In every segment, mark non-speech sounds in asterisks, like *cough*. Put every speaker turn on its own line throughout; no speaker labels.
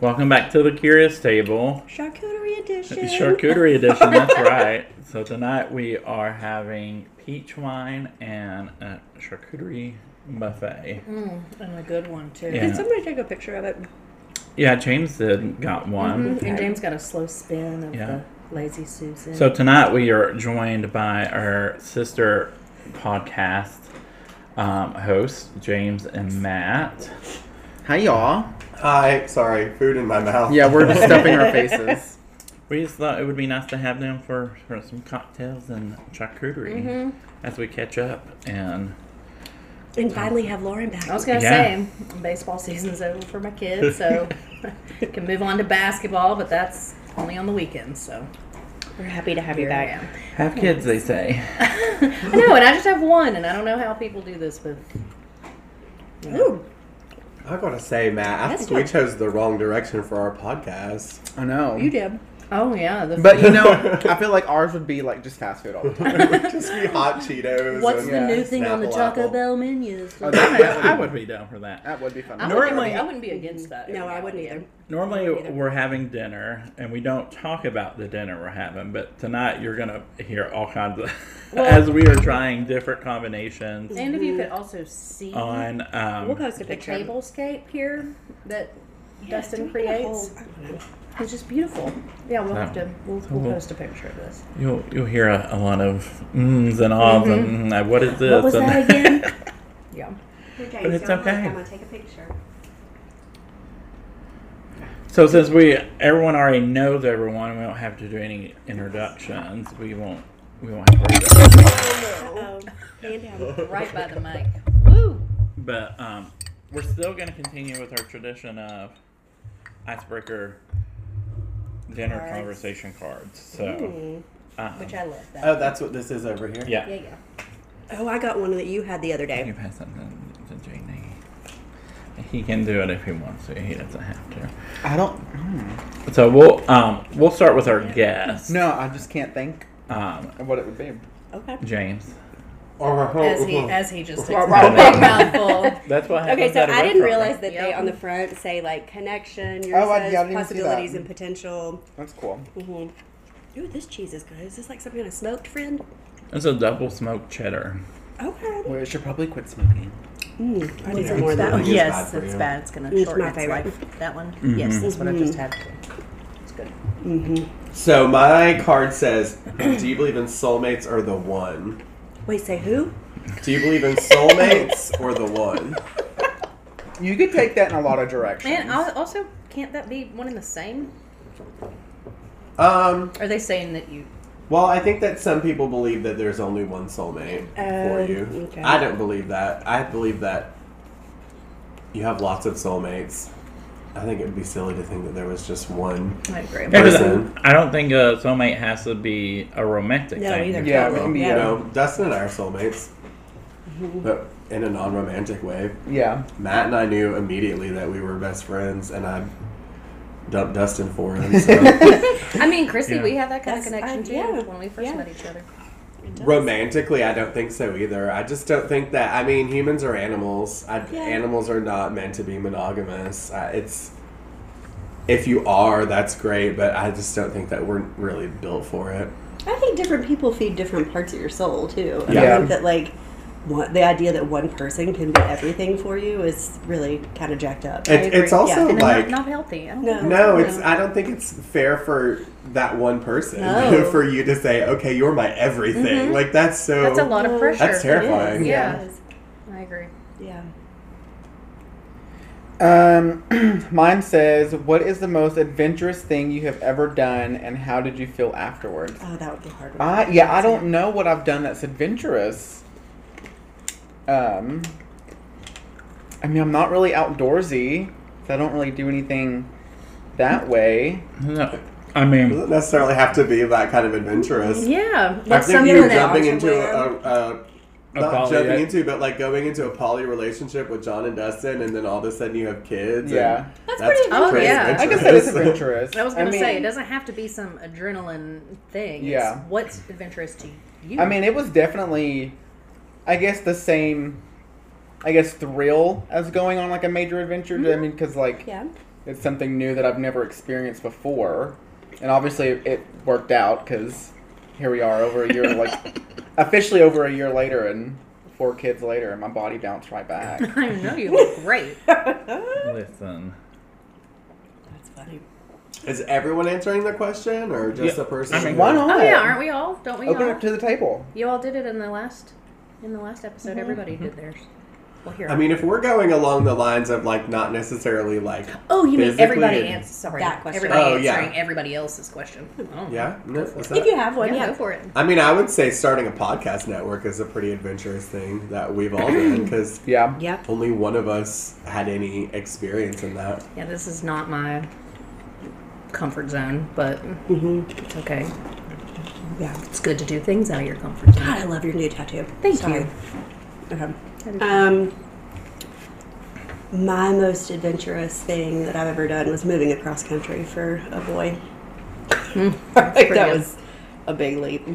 Welcome back to the Curious Table.
Charcuterie edition.
Charcuterie edition, that's right. So tonight we are having peach wine and a charcuterie buffet.
Mm, and a good one too.
Yeah.
Did somebody take a picture of it?
Yeah, James did got one.
And James got a slow spin of
Yeah.
the Lazy Susan.
So tonight we are joined by our sister podcast um, hosts, James and Matt.
Hi, y'all.
Hi, sorry, food in my mouth.
Yeah, we're just stuffing our faces.
We just thought it would be nice to have them for, for some cocktails and charcuterie as we catch up. And
and finally have Lauren back.
I was gonna
Yeah.
say baseball season's over for my kids, so can move on to basketball, but that's only on the weekends. So
We're happy to have you
here I
back.
am.
have kids, they say.
I know, and I just have one, and I don't know how people do this, but
Ooh,
I gotta say, Matt, I
That's
think we
not-
chose the wrong direction for our
*laughs*
*laughs*
podcast. *laughs*
I know.
you did.
oh yeah, this
But you know, I feel like ours would be like just fast food all
*laughs*
the time.
just be hot Cheetos.
what's
and
the new
yeah,
thing on the
Snapple
Taco
Apple.
Bell menus?
Oh,
I
that, that
I
would,
would be down for that.
that would be fun.
wouldn't
normally-
be- I wouldn't be against that.
No, I wouldn't either.
Normally we're having dinner and we don't talk about the dinner we're having, but tonight you're gonna hear all kinds of *laughs* as we are trying different combinations
And if you could also see
on um,
We'll post a
the
picture. of it.
tablescape here that Dustin
Do we get a
creates,
whole- I don't know.
it's just beautiful. Yeah, we'll have
So-
to we'll,
we'll-
we'll post a picture of this.
You'll you'll hear a, a lot of mms and ahs and mm, what is this?
was
and- *laughs*
that again? Yeah.
Okay,
But it's
so I'm gonna-
okay.
I'm gonna take a picture.
so since we everyone already knows everyone, we don't have to do any introductions. We won't we won't have to introduction.
Uh-oh. Hand down.
Right by the mic. Woo!
But um, we're still gonna continue with our tradition of icebreaker dinner
Cards.
conversation cards. So
Ooh.
um,
Which I love that.
Oh, that's what this is over here.
yeah.
yeah, yeah.
Oh, I got one that you had the other
You
day.
pass something to Janie. He can do it if he wants to. He doesn't have to.
I don't. hmm.
So we'll um we'll start with our guest.
No, I just can't think
Um,
of what it would be.
Okay.
James.
Or-
As he as he just takes a
Wow, wow,
big mouthful.
That's what
Okay, so I didn't realize that they
Yep.
on the front say like connection, yours
Oh, I-
says
yeah, I didn't even see that.
possibilities and potential.
That's cool.
hmm Ooh, this cheese is good. Is this like some kind of smoked friend?
It's a double smoked cheddar.
Okay.
Well, you should probably quit smoking.
Mm, I need
Yeah.
some more
*laughs*
of that one.
It's
yes,
bad for
it's
you.
bad. It's gonna
It's
shorten
my
its
favorite.
life. That one.
Mm-hmm.
Yes, that's what I just had. It's good.
So my card says, "Do you believe in soulmates or the one?
Wait, say who?
Do you believe in
*laughs*
soulmates or the one?"
You could take that in a lot of directions.
And al- also, can't that be one and the same?
Um.
Are they saying that you?
Well, I think that some people believe that there's only one soulmate for
Um,
you.
okay.
I don't believe that. I believe that you have lots of soulmates. I think it would be silly to think that there was just one.
I agree.
Yeah, 'cause
Person.
I don't think a soulmate has to be a romantic
No,
thing.
either.
Yeah, it can be,
You
Yeah.
know, Dustin and I are soulmates, but in a non-romantic way.
yeah.
Matt and I knew immediately that we were best friends, and I dumped Dustin for him.
*laughs*
So
I mean, Chrissy,
Yeah.
we had that kind
That's-
of connection
I-
too
yeah.
when we first
Yeah.
met each other.
romantically, I don't think so either. I just don't think that. I mean, humans are animals. I,
Yeah.
Animals are not meant to be monogamous. I, it's if you are, that's great, but I just don't think that we're really built for it.
I think different people feed different parts of your soul too. And I
Yeah.
think that like one, the idea that one person can be everything for you is really kind of jacked up.
It,
agree.
it's also
Yeah.
And
like
not, not healthy. I don't
No.
think
No, it's. I don't think it's fair for that one person *laughs*
No.
for you to say, "Okay, you're my everything." Like that's so.
Mm-hmm. that's a lot of pressure.
That's terrifying.
It is. Yeah.
Yes.
I agree.
Yeah.
Um, *clears throat* mine says, "What is the most adventurous thing you have ever done, and how did you feel afterwards?"
Oh, that would be a hard. one.
I yeah, I don't know what I've done that's adventurous. Um, I mean, I'm not really outdoorsy, so I don't really do anything that way.
No, I mean,
doesn't necessarily have to be that kind of adventurous.
Yeah,
I
like
think
something
you're
that
jumping
to
into
wear.
a, a, a
A
not
poly-
jumping into, but like going into a poly relationship with John and Dustin, and then all of a sudden you have kids.
Yeah.
and
That's
that's
pretty
pretty.
Oh, yeah.
I guess that
*laughs*
is
adventurous.
adventurous.
I was gonna
mean,
say it doesn't have to be some adrenaline thing.
Yeah.
It's what's adventurous to you?
I mean, it was definitely, I guess, the
Mm-hmm.
same, I guess, thrill as going on like a major adventure. I mean, because like
*laughs* Yeah.
It's something new that I've never experienced before, and obviously it worked out because here we are over a year, like officially over a year later, and four kids later, and my body bounced right back.
*laughs* I
*laughs*
know you look great.
Listen.
That's funny.
Is everyone answering the question or just
Yeah,
the person?
I mean,
who-
Why not?
Oh yeah, aren't we all? Don't we
Open
all?
up to the table.
you all did it in the last in the last episode. Everybody did theirs. Well, here.
I mean, if we're going along the lines of like not necessarily like,
oh, you mean
physically
everybody
and-
answers? Sorry,
That question.
everybody
Oh, yeah.
answering everybody else's question. *laughs* Oh.
yeah, no,
If
what's that?
you have one,
Yeah,
yeah.
go for it.
I mean, I would say starting a podcast network is a pretty adventurous thing that we've all done because
Yeah.
Yeah.
only one of us had any experience in that.
Yeah, this is not my comfort zone, but it's
Mm-hmm.
okay.
Yeah.
It's good to do things out of your comfort zone.
God, I love your new tattoo.
*gasps* Thank
Sorry.
*laughs* you.
Okay. Um, my most adventurous thing that I've ever done was moving across country for a boy. *laughs* like that
Hmm. pretty.
was a big leap,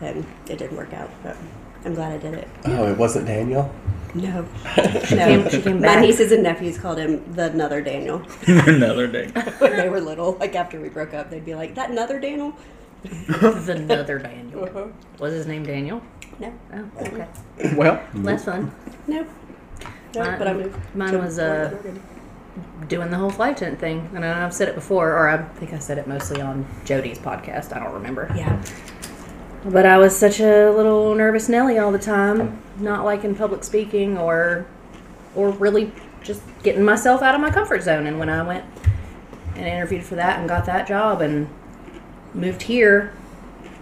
and it didn't work out. But I'm glad I did it.
Oh, it wasn't Daniel.
No,
came-
no.
she came
My
back.
nieces and nephews called him the another Daniel *laughs*
*laughs* Another day.
when they were little. Like after we broke up, they'd be like, "That another Daniel."
This is another Daniel. Was his name Daniel?
No,
Oh, okay.
*laughs* Well,
Mm-hmm.
Less fun.
no, no.
Mine-
but I moved.
mine
to
was, uh,
Oregon.
doing the whole flight tent thing. And I know I've said it before, or I think I said it mostly on Jody's podcast. I don't remember.
Yeah.
But I was such a little nervous Nelly all the time, not liking public speaking or, or really just getting myself out of my comfort zone. And when I went and interviewed for that and got that job and moved here,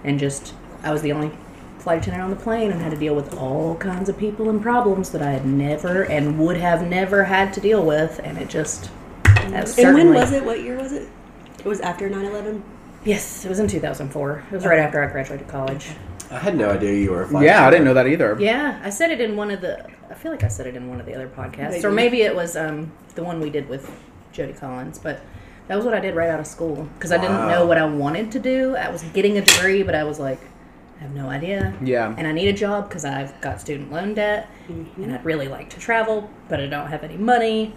and just I was the only flight attendant on the plane and had to deal with all kinds of people and problems that I had never and would have never had to deal with, and it just that
And
certainly
when was it? What year was it? It was after 9/11.
Yes, it was in 2004. It was right after I graduated college.
I had no idea you were a flash.
yeah, I didn't know that either.
Yeah, I said it in one of the. I feel like I said it in one of the other podcasts, or
Maybe.
maybe it was um, the one we did with Jody Collins. But that was what I did right out of school because I didn't
Wow.
know what I wanted to do. I was getting a degree, but I was like, I have no idea.
Yeah.
And I need a job because I've got student loan debt, and I'd really like to travel, but I don't have any money.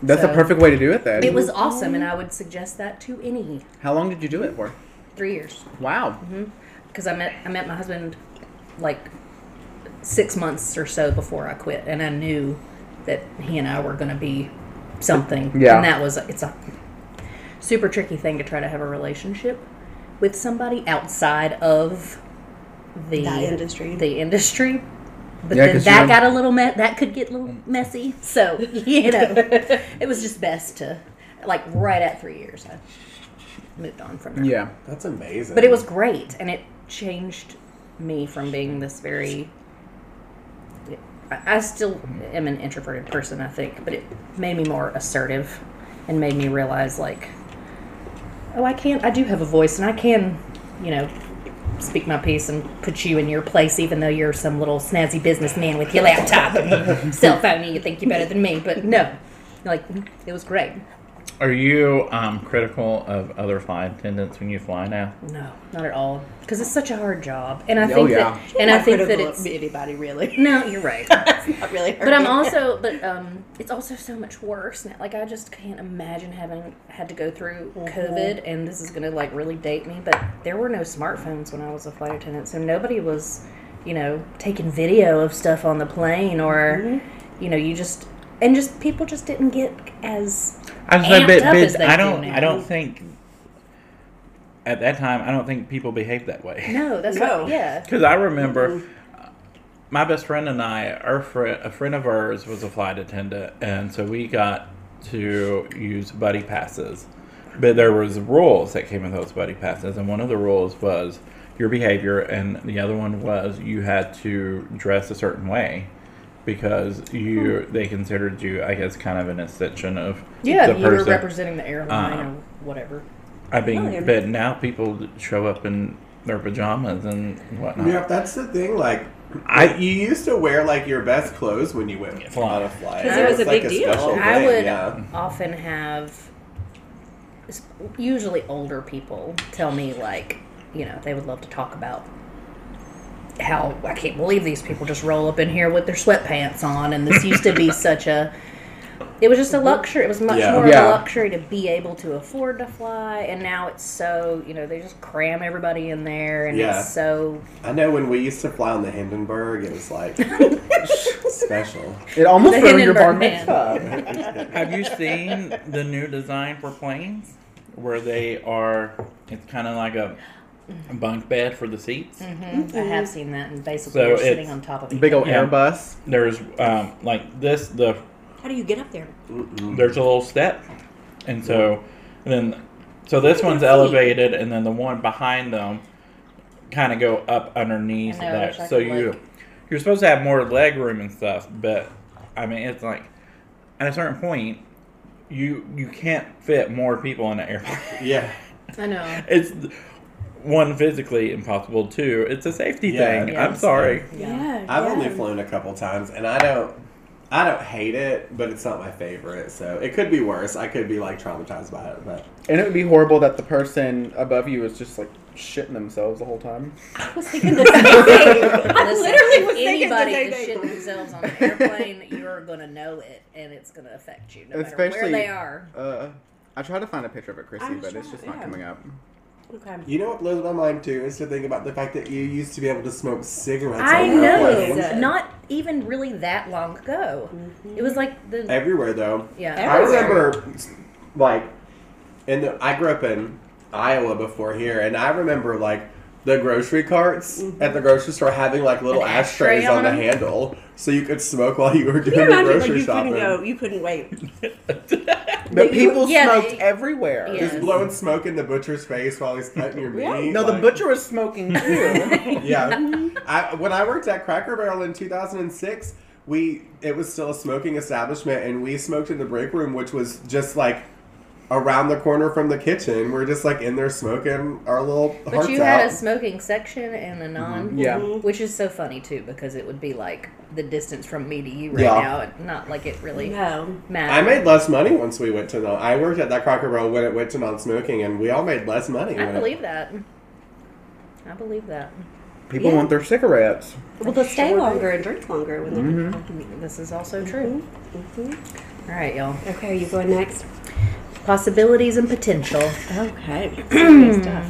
That's
So-
a perfect way to do it then.
It was awesome, and I would suggest that to any.
How long did you do it for?
Three years.
Wow.
because I met I met my husband like six months or so before I quit, and I knew that he and I were going to be something.
Yeah.
and that was it's a super tricky thing to try to have a relationship with somebody outside of the
That industry.
The industry. But
Yeah,
then
'cause Mm.
that
you're-
got a little me- that could get a little messy. So *laughs*
*laughs*
you know, it was just best to like right at three years, I moved on from there.
Yeah.
That's amazing.
But it was great, and it changed me from being this very. I I still am an introverted person, I think, but it made me more assertive and made me realize, like, oh, I can, I do have a voice, and I can, you know, speak my piece and put you in your place, even though you're some little snazzy businessman with your laptop and *laughs* cell phone, and you think you're better than me. But no, like, it was great.
Are you um, critical of other flight attendants when you fly now?
No, not at all, because it's such a hard job, and I
Oh,
think
yeah.
that, and I
Not
think that
critical
it's
of anybody really. *laughs*
No, you're right.
It's not really.
but I'm also, but um, it's also so much worse. Now. Like I just can't imagine having had to go through COVID, and this is gonna like really date me. But there were no smartphones when I was a flight attendant, so nobody was, you know, taking video of stuff on the plane, or, you know, you just and just people just didn't get as
I just a
amped
bit,
up as
bit
they
I
do
don't
now.
I don't think at that time I don't think people behaved that way.
no. That's
No.
What, yeah.
Cuz I remember
Mm-hmm.
uh, my best friend and I, our friend, a friend of ours was a flight attendant and so we got to use buddy passes. But there was rules that came with those buddy passes and one of the rules was your behavior and the other one was you had to dress a certain way because you they considered you I guess kind of an extension of
Hmm. Yeah,
the
you were
person.
representing the airline
Uh,
or whatever.
I mean,
oh,
Well, yeah.
but now people show up in their pajamas and whatnot.
Yeah, that's the thing. Like,
I-
you used to wear like your best clothes when you went
Fly.
on a flight.
'Cause it was a
like,
big deal.
special
I
thing,
would
Oh, Yeah.
often have s- usually older people tell me like you know they would love to talk about how I
*laughs*
can't believe these people just roll up in here with their sweatpants on and this used to be such a It was just a luxury. It was much
Yeah.
more of
Yeah.
a luxury to be able to afford to fly, and now it's so you know they just cram everybody in there, and
Yeah.
it's so
I know when we used to fly on the Hindenburg, it
*laughs*
was like special.
It almost
The
ruined your bar
Hindenburg
mitzvah.
Have you seen the new design for planes where they are? It's kind of like a bunk bed for the seats.
Mm-hmm. I have seen that, and basically
So
you're sitting
it's
on top of *laughs* it.
Big old
Yeah.
Airbus.
There's um, like this the
How do you get up there?
there's a little step, and so and then so this one's elevated, and then the one behind them kind of go up underneath
I know, I wish I
that. So
could
you
look.
you're supposed to have more leg room and stuff, but I mean it's like at a certain point you you can't fit more people in an airplane.
Yeah.
I know.
It's one physically impossible. Two, it's a safety
Yeah.
thing.
Yeah.
I'm sorry.
Yeah.
I've only flown a couple times, and I don't, I don't hate it, but it's not my favorite. So it could be worse. I could be like traumatized by it, but
And it would be horrible that the person above you is just like shitting themselves the whole time.
I was thinking the same thing. I
Listen,
literally was
if
thinking the
anybody
same
is
thing.
shitting themselves on an airplane, you're gonna know it, and it's gonna affect you, no matter where
Especially-
they are.
Uh, I tried to find a picture of it, Chrissy,
I'm
but it's
sure-
just not
yeah.
coming up.
Okay.
you know what blows my mind too is to think about the fact that you used to be able to smoke cigarettes.
I
on airplanes.
know. Not even really that long ago. It was like the
Everywhere though,
yeah.
Every-
I
Everywhere.
remember, like, in the, I grew up in Iowa before here, and I remember like the grocery carts
Mm-hmm.
at the grocery store having like little
An ashtray
ashtrays on the
on 'em.
handle, so you could smoke while you were doing
Can you
your
imagine like
grocery
you
shopping.
couldn't go, you couldn't wait.
But
you-
people
yeah,
smoked
they-
everywhere.
Yeah.
Just blowing smoke in the butcher's face while he's cutting your meat.
No, the
like-
butcher was *laughs* smoking too.
Yeah, I, when I worked at Cracker Barrel in 2006, we it was still a smoking establishment, and we smoked in the break room, which was just like around the corner from the kitchen. We're just like in there smoking our little
But
hearts
you
out. Mm-hmm.
had a smoking section and a non.
Yeah.
Which is so funny too, because it would be like the distance from me to you right
Yeah.
now, and not like it really
No.
I
matters.
made less money once we went to non. I worked at that Cracker Barrel when it went to non-smoking, and we all made less money.
I
when it-
believe that. I believe that.
People
Yeah.
want their cigarettes.
Well, they'll stay
Sure.
longer and drink longer when they're
Mm-hmm.
This is also true.
Mhm.
All right, y'all.
Okay, are you going next?
Possibilities and potential.
*clears throat* Okay. Good stuff.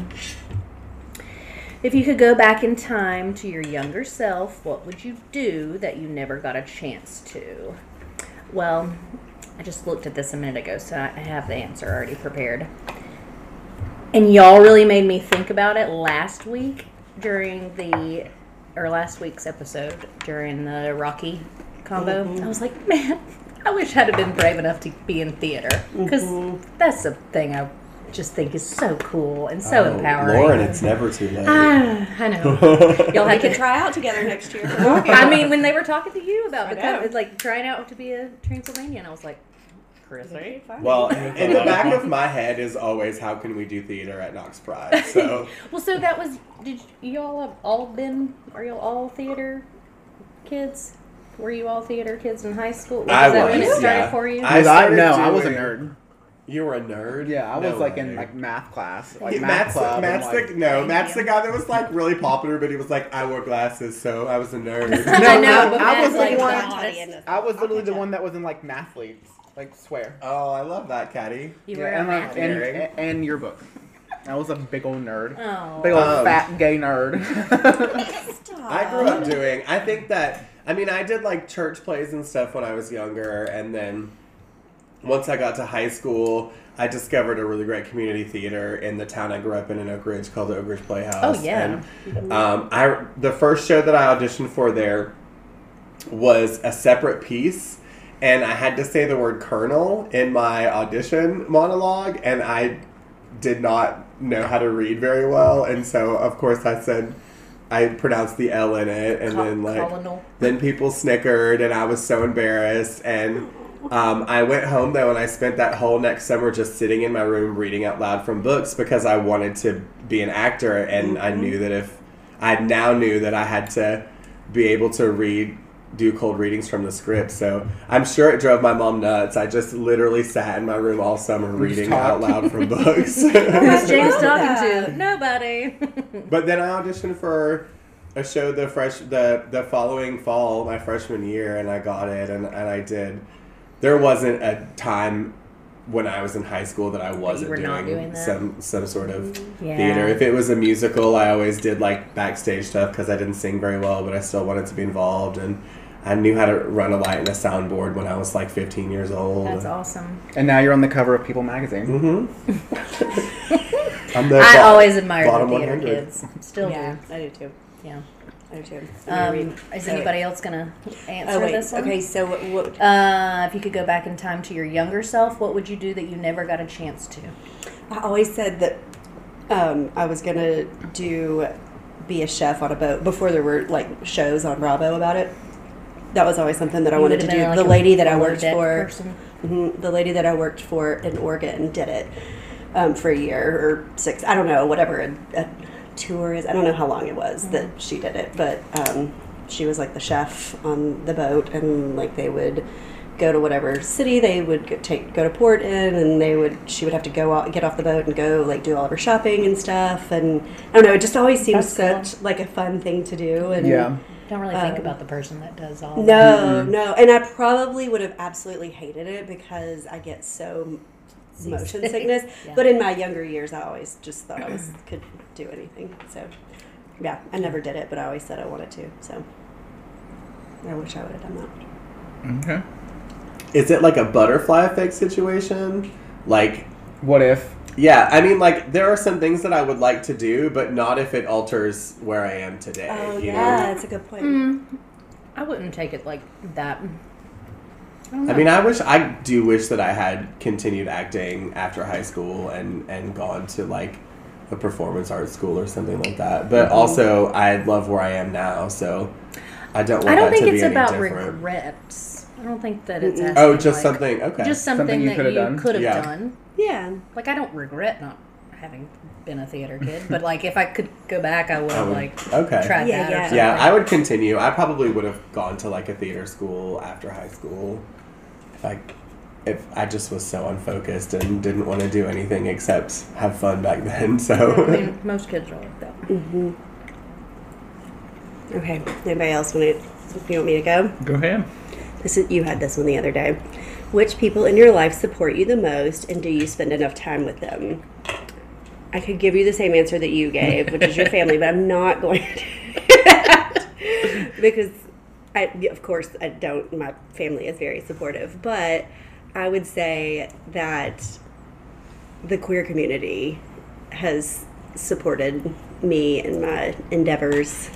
If you could go back in time to your younger self, what would you do that you never got a chance to? Well, I just looked at this a minute ago, so I I have the answer already prepared. And y'all really made me think about it last week during the, or last week's episode during the Rocky combo.
Mm-hmm.
I was like, man, I wish I'd have been brave enough to be in theater because
Mm-hmm.
that's a thing I just think is so cool and so
Oh,
empowering.
Lauren, it's never too late. *laughs*
Ah, *sighs* I know. *laughs* Y'all
We
have
could
to.
try out together next year.
*laughs* I mean, when they were talking to you about
I
becoming,
know.
it's like trying out to be a Transylvanian, I was like, Chris, right?
well, in the back of my head is always how can we do theater at Knox Pride? So. *laughs*
Well, so that was. Did y'all have all been? Are y'all all theater kids? Were you all theater kids in high school? Was
I
that when
was,
it started
yeah.
for you?
I
I, I
started
no, I
doing-
was a nerd.
You were a nerd.
Yeah, I was
No
like
way.
in like math class, like
Yeah,
math
Matt's,
club.
Matt's
and, like,
the no.
Thank
Matt's
you.
the guy that was like really popular, but he was like, I wore glasses, so I was a
No, *laughs*
*laughs*
nerd.
I know, but
I
Matt's
was the
like
one-
honest.
I was literally the
Okay,
one that was in like math leagues, like swear.
oh, I love that, Caddy.
You
Yeah,
were a
and
math
like and,
nerd.
and, yearbook. I was a big old nerd,
Oh.
big old
Um,
fat gay nerd. *laughs*
Stop.
I grew up doing. I think that. I mean, I did like church plays and stuff when I was younger, and then once I got to high school, I discovered a really great community theater in the town I grew up in in Oak Ridge called the Oak Ridge Playhouse.
Oh, yeah.
And, um, I the first show that I auditioned for there was a separate piece. And I had to say the word colonel in my audition monologue, and I did not know how to read very well, and so of course I said I pronounced the L in it, and
Co-
then like
colonel.
then people snickered, and I was so embarrassed. And um, I went home though, and I spent that whole next summer just sitting in my room reading out loud from books because I wanted to be an actor, and I knew that if I now knew that I had to be able to read. Do cold readings from the script, so I'm sure it drove my mom nuts. I just literally sat in my room all summer reading out
talked.
loud
*laughs*
from books.
Who's James
love
talking to?
that.
Nobody.
But then I auditioned for a show the fresh the the following fall, my freshman year, and I got it, and, and I did There wasn't a time when I was in high school that I wasn't
were
doing,
not doing that?
some some sort of
Yeah.
theater. If it was a musical, I always did like backstage stuff because I didn't sing very well, but I still wanted to be involved and. I knew how to run a light and a soundboard when I was like 15 years
*laughs*
old.
That's awesome.
And now you're on the cover of People magazine.
Mm-hmm. I'm the
I
bo-
always admired the
bottom
theater
100.
kids. Still
yeah,
do.
I do too.
Yeah.
I do too. Let me
Um,
read.
is
So-
anybody else gonna answer
Oh wait.
this one?
Okay. So what? what
Uh, if you could go back in time to your younger self, what would you do that you never got a chance to?
I always said that um, I was gonna do be a chef on a boat before there were like shows on Bravo about it. That was always something that I
You
wanted
would've
to do.
been like
the
a
lady that I
lower
worked
deck
for,
person.
mhm, the lady that I worked for in Oregon, did it um, for a year or six. I don't know, whatever a, a tour is. I don't know how long it was that she did it, but um, she was like the chef on the boat, and like they would go to whatever city they would go, take go to port in, and they would she would have to go out get off the boat and go like do all of her shopping and stuff. And I don't know, it just always seemed
That's
such like a fun thing to do. And
Yeah.
Don't really think
Um,
about the person that does all. that.
no, no. And I probably would have absolutely hated it because I get so motion *laughs* sickness.
Yeah.
But in my younger years, I always just thought I *clears throat* was could do anything. So, yeah, I never did it, but I always said I wanted to. So, I wish I would have done that.
Okay.
Is it like a butterfly effect situation? Like,
What if?
yeah, I mean, like, there are some things that I would like to do, but not if it alters where I am today.
Oh
you
yeah,
know?
that's a good point.
I wouldn't take it like that.
I mean, I wish, I do wish that I had continued acting after high school and, and gone to like a performance art school or something like that.
Mm-hmm.
But also, I love where I am now, so I don't want
I don't
that
think
to be
it's
any
about
different.
regrets. I don't think that it's.
Mm-mm.
Oh,
asking,
just
like-
something. Okay.
Just something,
Something you
that
could've
you
done.
could have
Yeah.
done.
Yeah,
Like I don't regret not having been a theater kid, but like if I could go back, I would
I
have
would-
like
okay.
tried
Yeah,
that.
yeah.
Or something.
Yeah, I would continue. I probably would have gone to like a theater school after high school. Like, if I just was so unfocused and didn't want to do anything except have fun back *laughs* then.
I
So,
mean, most kids are like that.
Okay. Anybody else want to? If you want me to go,
Go ahead.
this is you had this one the other day. Which people in your life support you the most, and do you spend enough time with them? I could give you the same answer that you gave, which is your family, but I'm not going to do that because, I, of course, I don't. My family is very supportive, but I would say that the queer community has supported me in my endeavors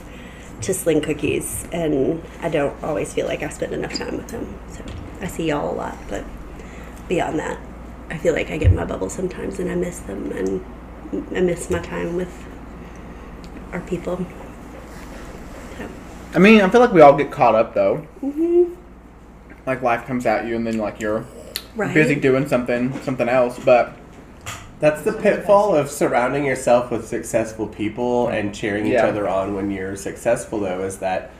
to sling cookies, and I don't always feel like I spend enough time with them. So I see y'all a lot, but beyond that, I feel like I get in my bubble sometimes, and I miss them, and I miss my time with our people.
I mean, I feel like we all get caught up though. Mm-hmm. Like life comes at you, and then like you're
Right.
busy doing something, something else. But
*laughs* that's the pitfall of surrounding yourself with successful people and cheering each
Yeah.
other on when you're successful, though, is that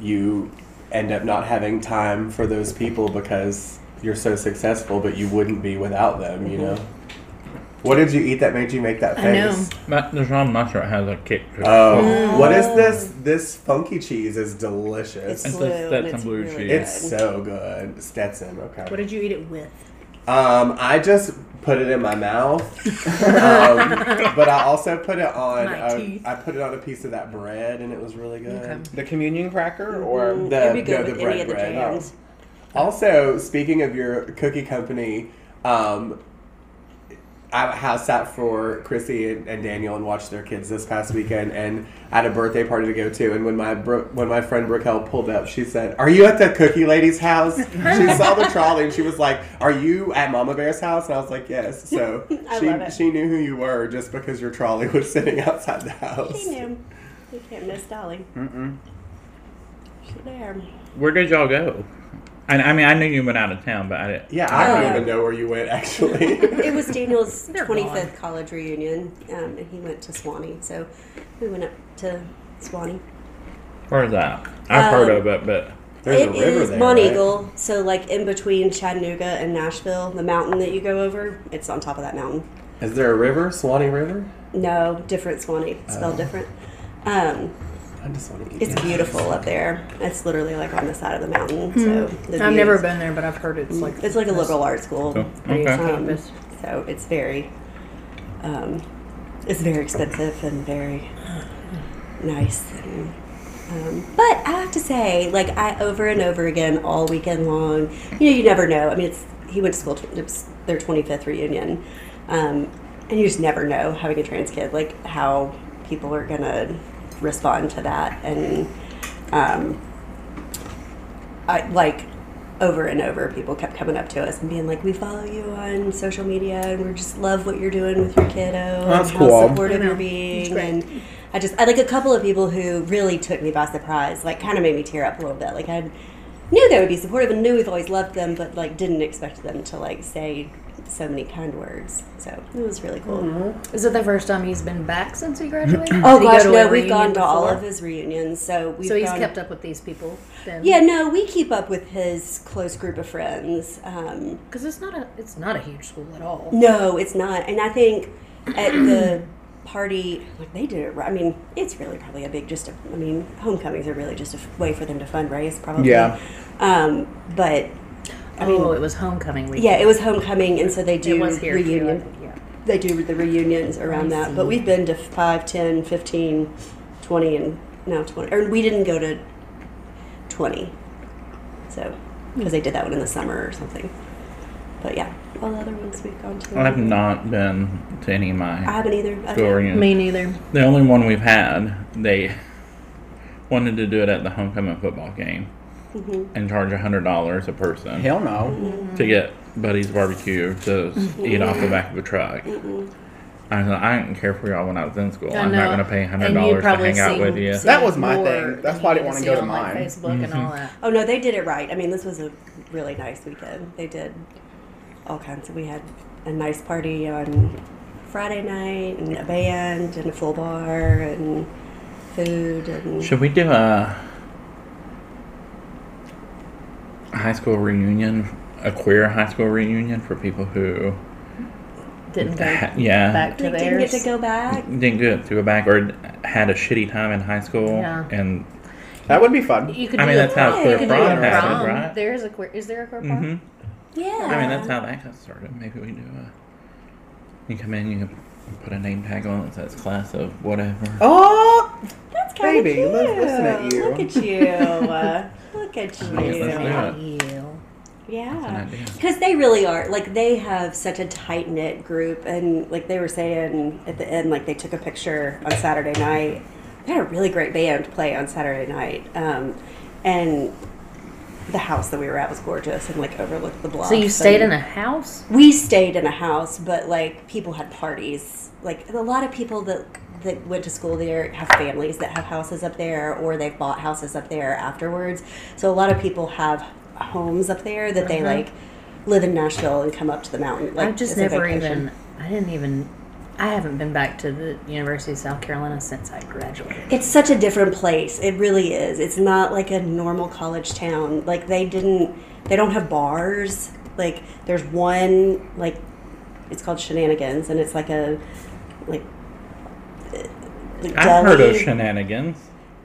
you end up not having time for those people because you're so successful, but you wouldn't be without them, you know? What did you eat that made you make that face?
I know.
Ma- Dijon mustard has a kick to it.
Oh,
Mm.
what is this? This funky cheese is
It's
delicious. It's,
blue, and Stetson it's blue really cheese. good.
so good. Stetson, okay.
What did you eat it with?
um, I just put it in
*laughs*
my mouth, um, but I also put it on.
My
A,
teeth.
I put it on a piece of that bread, and it was really good.
Okay.
the communion cracker, or
The,
It'd be good
no, the
with
bread
any of the
bread.
jams.
Also, speaking of your cookie company, um, I house sat for Chrissy and, and Daniel and watched their kids this past weekend, and I had a birthday party to go to. And when my Bro- when my friend Brickell pulled up, she said, "Are you at the cookie lady's house?" she saw
*laughs*
the trolley and she was like, "Are you at Mama Bear's house?" And I was like, "Yes." So
*laughs* I
she
love it.
she knew who you were just because your trolley was sitting outside the house.
She knew. You can't miss Dolly. Mm-mm. She there.
Where did y'all go? And I mean, I knew you went out of town, but I didn't.
Yeah, I
Oh.
don't even know where you went actually.
*laughs* It was *laughs* Daniel's
They're
25th
gone.
college reunion, um, and he went to Swanee. So we went up to Swanee.
Where's that? I've
Um,
heard of it, but
There's
It
a river
is
there.
Mont
right?
Eagle, so like in between Chattanooga and Nashville, the mountain that you go over, it's on top of that mountain.
Is there a river? Swanee River? Oh.
No, different Swanee, spelled different. Um,
I just want to eat.
It's beautiful up there. It's literally like on the side of the mountain. So the
I've
views-
never been there, but I've heard it's like
It's like a liberal arts school.
Oh, okay.
Um, so it's very, um, it's very expensive and very nice. And, um, but I have to say, like I over and over again all weekend long. You know, you never know. I mean, it's he went to school. T- it was their twenty fifth reunion, um, and you just never know having a trans kid, like how people are gonna respond to that and. Um, I like over and over people kept coming up to us and being like, "We follow you on social media and we just love what you're doing with your kiddo
That's
and
cool.
how supportive
I know.
you're
It's
being."
great.
And I just I like a couple of people who really took me by surprise, like kind of made me tear up a little bit. Like I knew they would be supportive and knew we've always loved them, but like didn't expect them to like say so many kind words. So it was really cool.
Is it the first time he's been back since he *clears throat* graduated?
Oh
Did he go
gosh,
to a
no, we've
reunion
gone to all
before?
of his reunions, so we've
So he's
gone-
kept up with these people then?
Yeah, no, we keep up with his close group of friends. Um,
Because it's not a it's not a huge school at all.
No, it's not. And I think at the *clears throat* party, like they did it right. I mean, it's really probably a big, just, a, I mean, homecomings are really just a f- way for them to fundraise, probably.
Yeah.
Um, but, I mean,
oh, it was homecoming week.
yeah, it was homecoming, and so they do
it was here too, I
reunion.
think, yeah.
They do the reunions around
I
that.
see.
But we've been to 5, 10, 15, 20, and now 20. Or we didn't go to 20. So, because they did that one in the summer or something. But yeah, all the other ones we've gone to.
I've not been to any of
I
my
haven't either. I
school
don't-
reunions.
Me neither.
The only one we've had, they wanted to do it at the homecoming football game
Mm-hmm.
and charge hundred dollars a person
Hell no.
to get Buddy's barbecue to s- eat off the back of a truck. I was like, I didn't care for y'all when I was in school.
I
I'm
know.
not gonna pay
And
hundred
you
dollars to
probably
hang out
seen-
with you.
seen
That was my
more
thing. That's
than
why I
you
didn't
get
wanna
see
go to
on, like,
mine.
Facebook and
Mm-hmm.
all that.
Oh no, they did it right. I mean, this was a really nice weekend. They did all kinds of. We had a nice party on Friday night, and a band, and a full bar, and food, and
Should we do a high school reunion, a queer high school reunion for people who,
Didn't go
ha- yeah,
back to
we didn't
theirs.
get to go back.
didn't get to go back or had a shitty time in high school
Yeah.
and
That would be fun.
You could
I
do
mean,
a
that's how
prom.
queer
You could do a
prom happened,
prom.
right?
There is a queer. Is there a queer prom?
hmm
Yeah,
I mean, that's how that got started. Maybe we do a. You come in, you put a name tag on it says class of whatever.
Oh,
That's kind of
Baby,
cute.
let's listen at you.
Look at you. Uh, Look
guess that's
at you.
nice. Yeah.
You.
Yeah.
That's an idea.
Because they really are. Like, they have such a tight knit group. And, like, they were saying at the end, like, they took a picture on Saturday night. They had a really great band play on Saturday night. Um, and the house that we were at was gorgeous and, like, overlooked the block.
So you stayed in a house?
We stayed in a house, but, like, people had parties. Like, a lot of people that. That went to school there have families that have houses up there, or they've bought houses up there afterwards. So a lot of people have homes up there that they
Mhm.
like live in Nashville and come up to the mountain. Like
I've
as
just
a
never
vacation.
even. I didn't even. I haven't been back to the University of South Carolina since I graduated.
It's such a different place. It really is. It's not like a normal college town. Like they didn't. They don't have bars. Like there's one like it's called Shenanigans, and it's like a like. uh, like
I've heard of
deli.
shenanigans.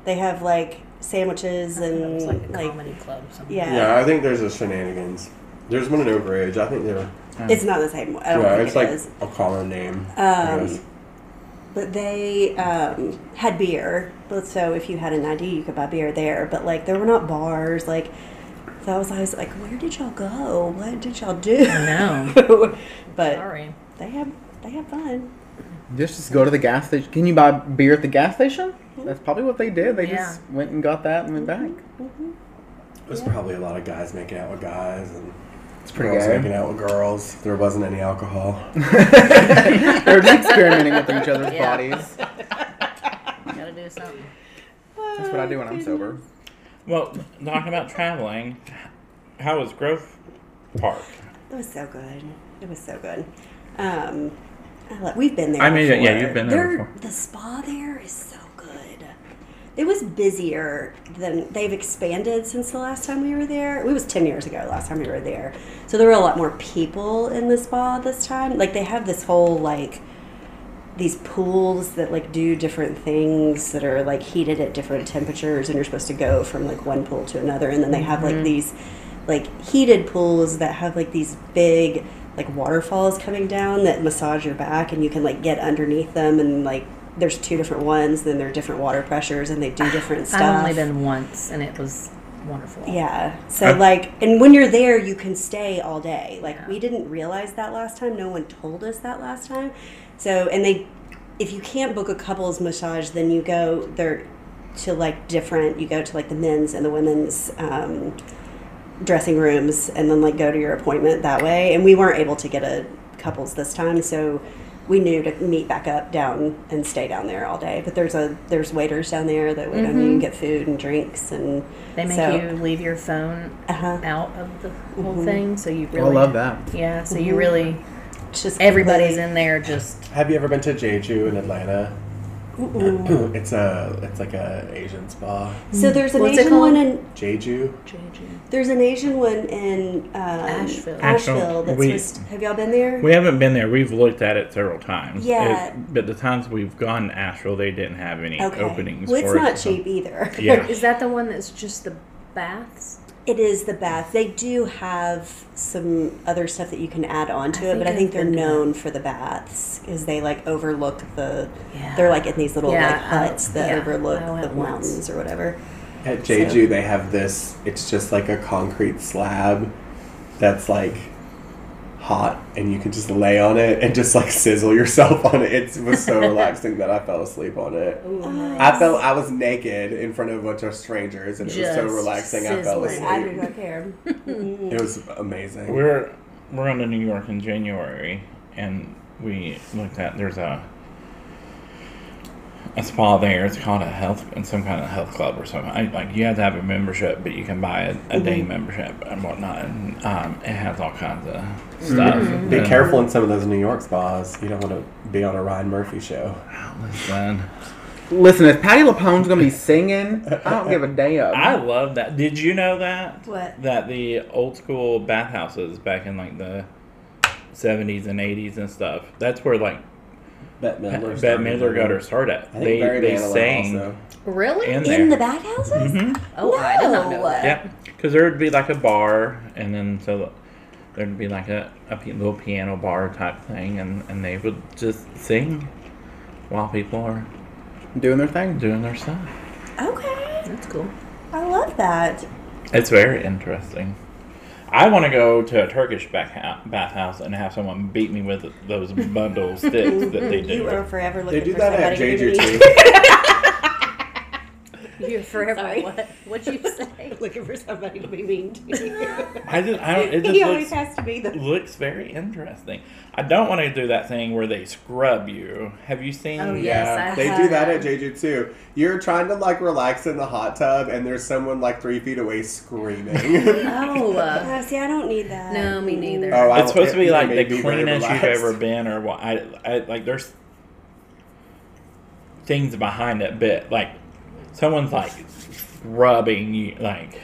They have like sandwiches
It
and
was like a
like
comedy club. Or something.
yeah.
Yeah, I think there's a shenanigans. There's one in Oak Ridge. I think they're.
It's not the same. I don't
Yeah,
think
it's
it
like
is.
I'll call her name. I
Um,
guess.
but they um, had beer. But so if you had an ID, you could buy beer there. But like there were not bars. Like so, I was always like, where did y'all go? What did y'all do?
No.
*laughs* but
Sorry.
they have they have fun.
just just go to the gas station. Can you buy beer at the gas station? That's probably what they did. They just went and got that and went back.
There's probably a lot of guys making out with guys and
It's pretty
girls making
good.
out with girls. There wasn't
*laughs*
any alcohol.
they were just experimenting with each other's
Yeah.
bodies.
Gotta do something.
That's what I do when I'm sober.
Well, talking about traveling, how was Grove Park?
It was so good. It was so good. Um, I love, we've been there.
I mean, yeah,
before.
you've been there
They're-
before.
The spa there is so good. It was busier than they've expanded since the last time we were there. It was ten years ago last time we were there, so there were a lot more people in the spa this time. Like they have this whole like these pools that like do different things that are like heated at different temperatures and you're supposed to go from like one pool to another and then they have
Mm-hmm.
like these like heated pools that have like these big like waterfalls coming down that massage your back and you can like get underneath them and like there's two different ones then there are different water pressures and they do different stuff
I've only been once, and it was wonderful.
yeah. So
I-
like, and when you're there, you can stay all day. Like
Yeah.
we didn't realize that last time. No one told us that last time. So and they, if you can't book a couples massage, then you go there to like different. You go to like the men's and the women's. Um, dressing rooms and then like go to your appointment that way and we weren't able to get a couples this time so we knew to meet back up down and stay down there all day but there's a there's waiters down there that wait on you and get food and drinks and
Mm-hmm. They make
so-
you leave your phone
uh-huh.
out of the whole thing, so you
I
really
love that.
Yeah, so you really
It's just
everybody's
completely-
in there just
Have you ever been to Jeju in Atlanta? *clears throat* it's a it's like a Asian spa.
So there's an
What's it
Asian one
called?
in
Jeju.
there's an Asian one in um, Asheville.
Asheville.
Asheville.
Asheville that's
We-
supposed have y'all been there?
We haven't been there. We've looked at it several times.
Yeah.
It- but the times we've gone to Asheville, they didn't have any
okay.
openings.
Well, it's
for it,
not
so-
cheap either.
*laughs* Yeah.
Is that the one that's just the baths?
*laughs* It is the bath. They do have some other stuff that you can add on to
I
it, but
think
I think
I've
they're
been to
known for the baths because they like overlook the.
Yeah.
They're like in these little
Yeah,
like huts
I-
that
yeah,
overlook
I went
the
once.
mountains or whatever.
At Jeju, they have this. It's just like a concrete slab that's like hot, and you can just lay on it and just like sizzle yourself *laughs* on it. It
*laughs*
was so relaxing that I fell asleep on it. I felt I was naked in front of a bunch of strangers, and it was so
Just
relaxing. I fell
sizzling.
I do
asleep.
not *laughs* care.
It was amazing.
We were we're going to New York in January, and we looked at there's a a spa there. It's called a health and some kind of health club or something. I, like you have to have a membership, but you can buy a, a day membership and whatnot. And um, it has all kinds of stuff.
Mm-hmm. Be
And-
careful in some of those New York spas. You don't want to be on a Ryan Murphy show.
And
Listen, if Patty LaPone's gonna be singing, I don't give a damn.
I love that. Did you know that?
What?
That the old school bathhouses back in like the 70s and 80s and stuff. That's where like
Bette
Pat-
Midler.
Bette Midler got her start at.
I think
They
Barry
they
Manilow
sang.
also.
Really?
In there. Mm-hmm.
In the bathhouses?
oh, I did
No.
not know that.
Yeah, because there would be like a bar, and then so there'd be like a, a pi- little piano bar type thing, and, and they would just sing while people are
Doing their thing.
doing their stuff.
Okay,
That's cool.
I love that.
It's very interesting. I want to go to a Turkish back- bathhouse and have someone beat me with those bundle sticks that they do.
*laughs* You are forever looking
They do
for
that at
somebody to
Jeju
*laughs* beat.
*laughs*
too.
You're forever
Sorry.
what? What'd you say?
*laughs* looking for somebody to be mean to.
I just, I don't. It
*laughs*
just
he always
looks,
has to be the.
looks very interesting. I don't want to do that thing where they scrub you. Have you seen?
Oh, yeah. Yes,
Yeah,
I
they
have.
do that at Jeju too. You're trying to like relax in the hot tub, and there's someone like three feet
*laughs*
away screaming.
Oh, uh,
Uh, see, I don't need that.
no, me neither.
Oh, I-
It's supposed to be
it
like
made
the
me very
cleanest you've
relaxed.
ever been, or what? I, I like there's things behind that bit. Like someone's like rubbing you, like,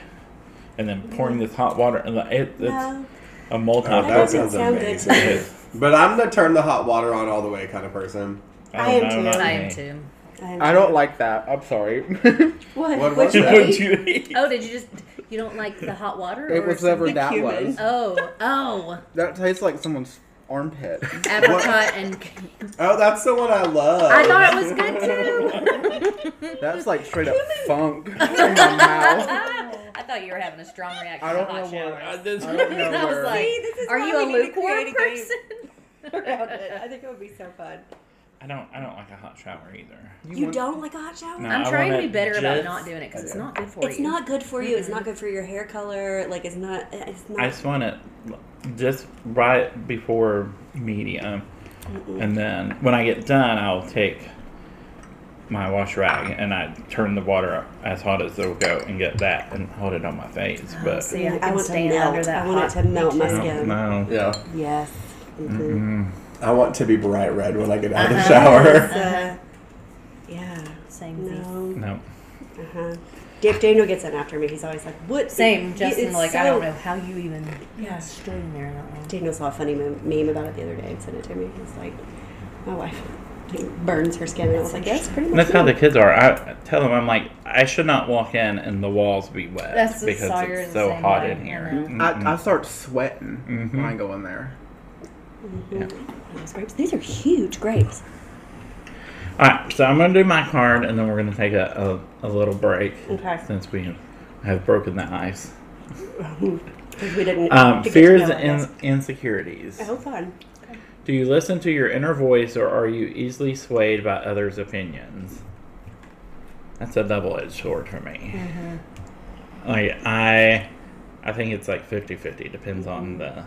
and then pouring this hot water. and, like, It, it's
No.
a multi.
Oh, that
doesn't
sounds
sound
amazing. but I'm the turn the hot water on all the way kind of person.
I am too.
I am too.
I don't like that. I'm sorry. *laughs* it
What?
What
What'd
was
you
that?
eat?
Would you eat?
Oh, did you just? You don't like the hot water? or
was
something?
ever that
cumin.
was.
Oh, oh,
That tastes like someone's armpit.
apricot and.
Oh, that's the one I love.
Oh.
I thought it was good
*laughs*
too.
That's like straight up funk in
*laughs*
my mouth.
I thought you were having a strong reaction.
I
to
don't
hot
know
shower.
where.
I just-
I don't
*laughs*
know
I was
where.
like,
See, this is
are
why
you
we
a
need to
lukewarm
create a game.
person?
around it. I think it would be so fun.
*laughs* I don't. I don't like a hot shower either.
You
want-
don't like a hot shower?
No.
I'm
I
trying to
wanna
be better about
just-
not doing it because it's not good for
It's
you.
not good for you. It's not good for your hair color. Like it's not. It's not.
I just want it just right before medium, and then when I get done, I'll take my wash rag and I turn the water up as hot as it'll go and get that and hold it on my face. But
Oh, See, I,
I
can
want to
stand
melt.
under that.
I want it
hot
to melt my
I don't
skin.
know.
*laughs* Yeah,
Yes. Mhm.
I want to be bright red when I get out of
Uh-huh.
the shower.
Uh, yeah.
Same thing.
No.
No.
Uh-huh. Dave Daniel gets in after me. He's always like, "What?"
Same,
it-
Justin.
it's
Like I don't
so-
know how you even
Yeah.
stood in there that long.
Daniel saw a funny mem- meme about it the other day and sent it to me. He's like, "My wife *laughs* burns her skin. And I was like, that's pretty
And
much
that's how
it.
the kids are. I tell them I'm like I should not walk in and the walls be wet
That's the
because
Sawyer
it's
the
so
same
hot
way.
in here.
I know.
Mm-mm.
I, I start sweating when I
Mhm.
go in there.
Those grapes. These are huge grapes. *laughs*
All right, so I'm gonna do my card, and then we're gonna take a, a, a little break.
Okay.
Since we have broken the ice.
Because we didn't.
Um,
to get to
fears
know
and
us.
insecurities.
Oh, fun.
Do you listen to your inner voice, or are you easily swayed by others' opinions? That's a double-edged sword for me. Like I, I think it's like 50-50. Depends on the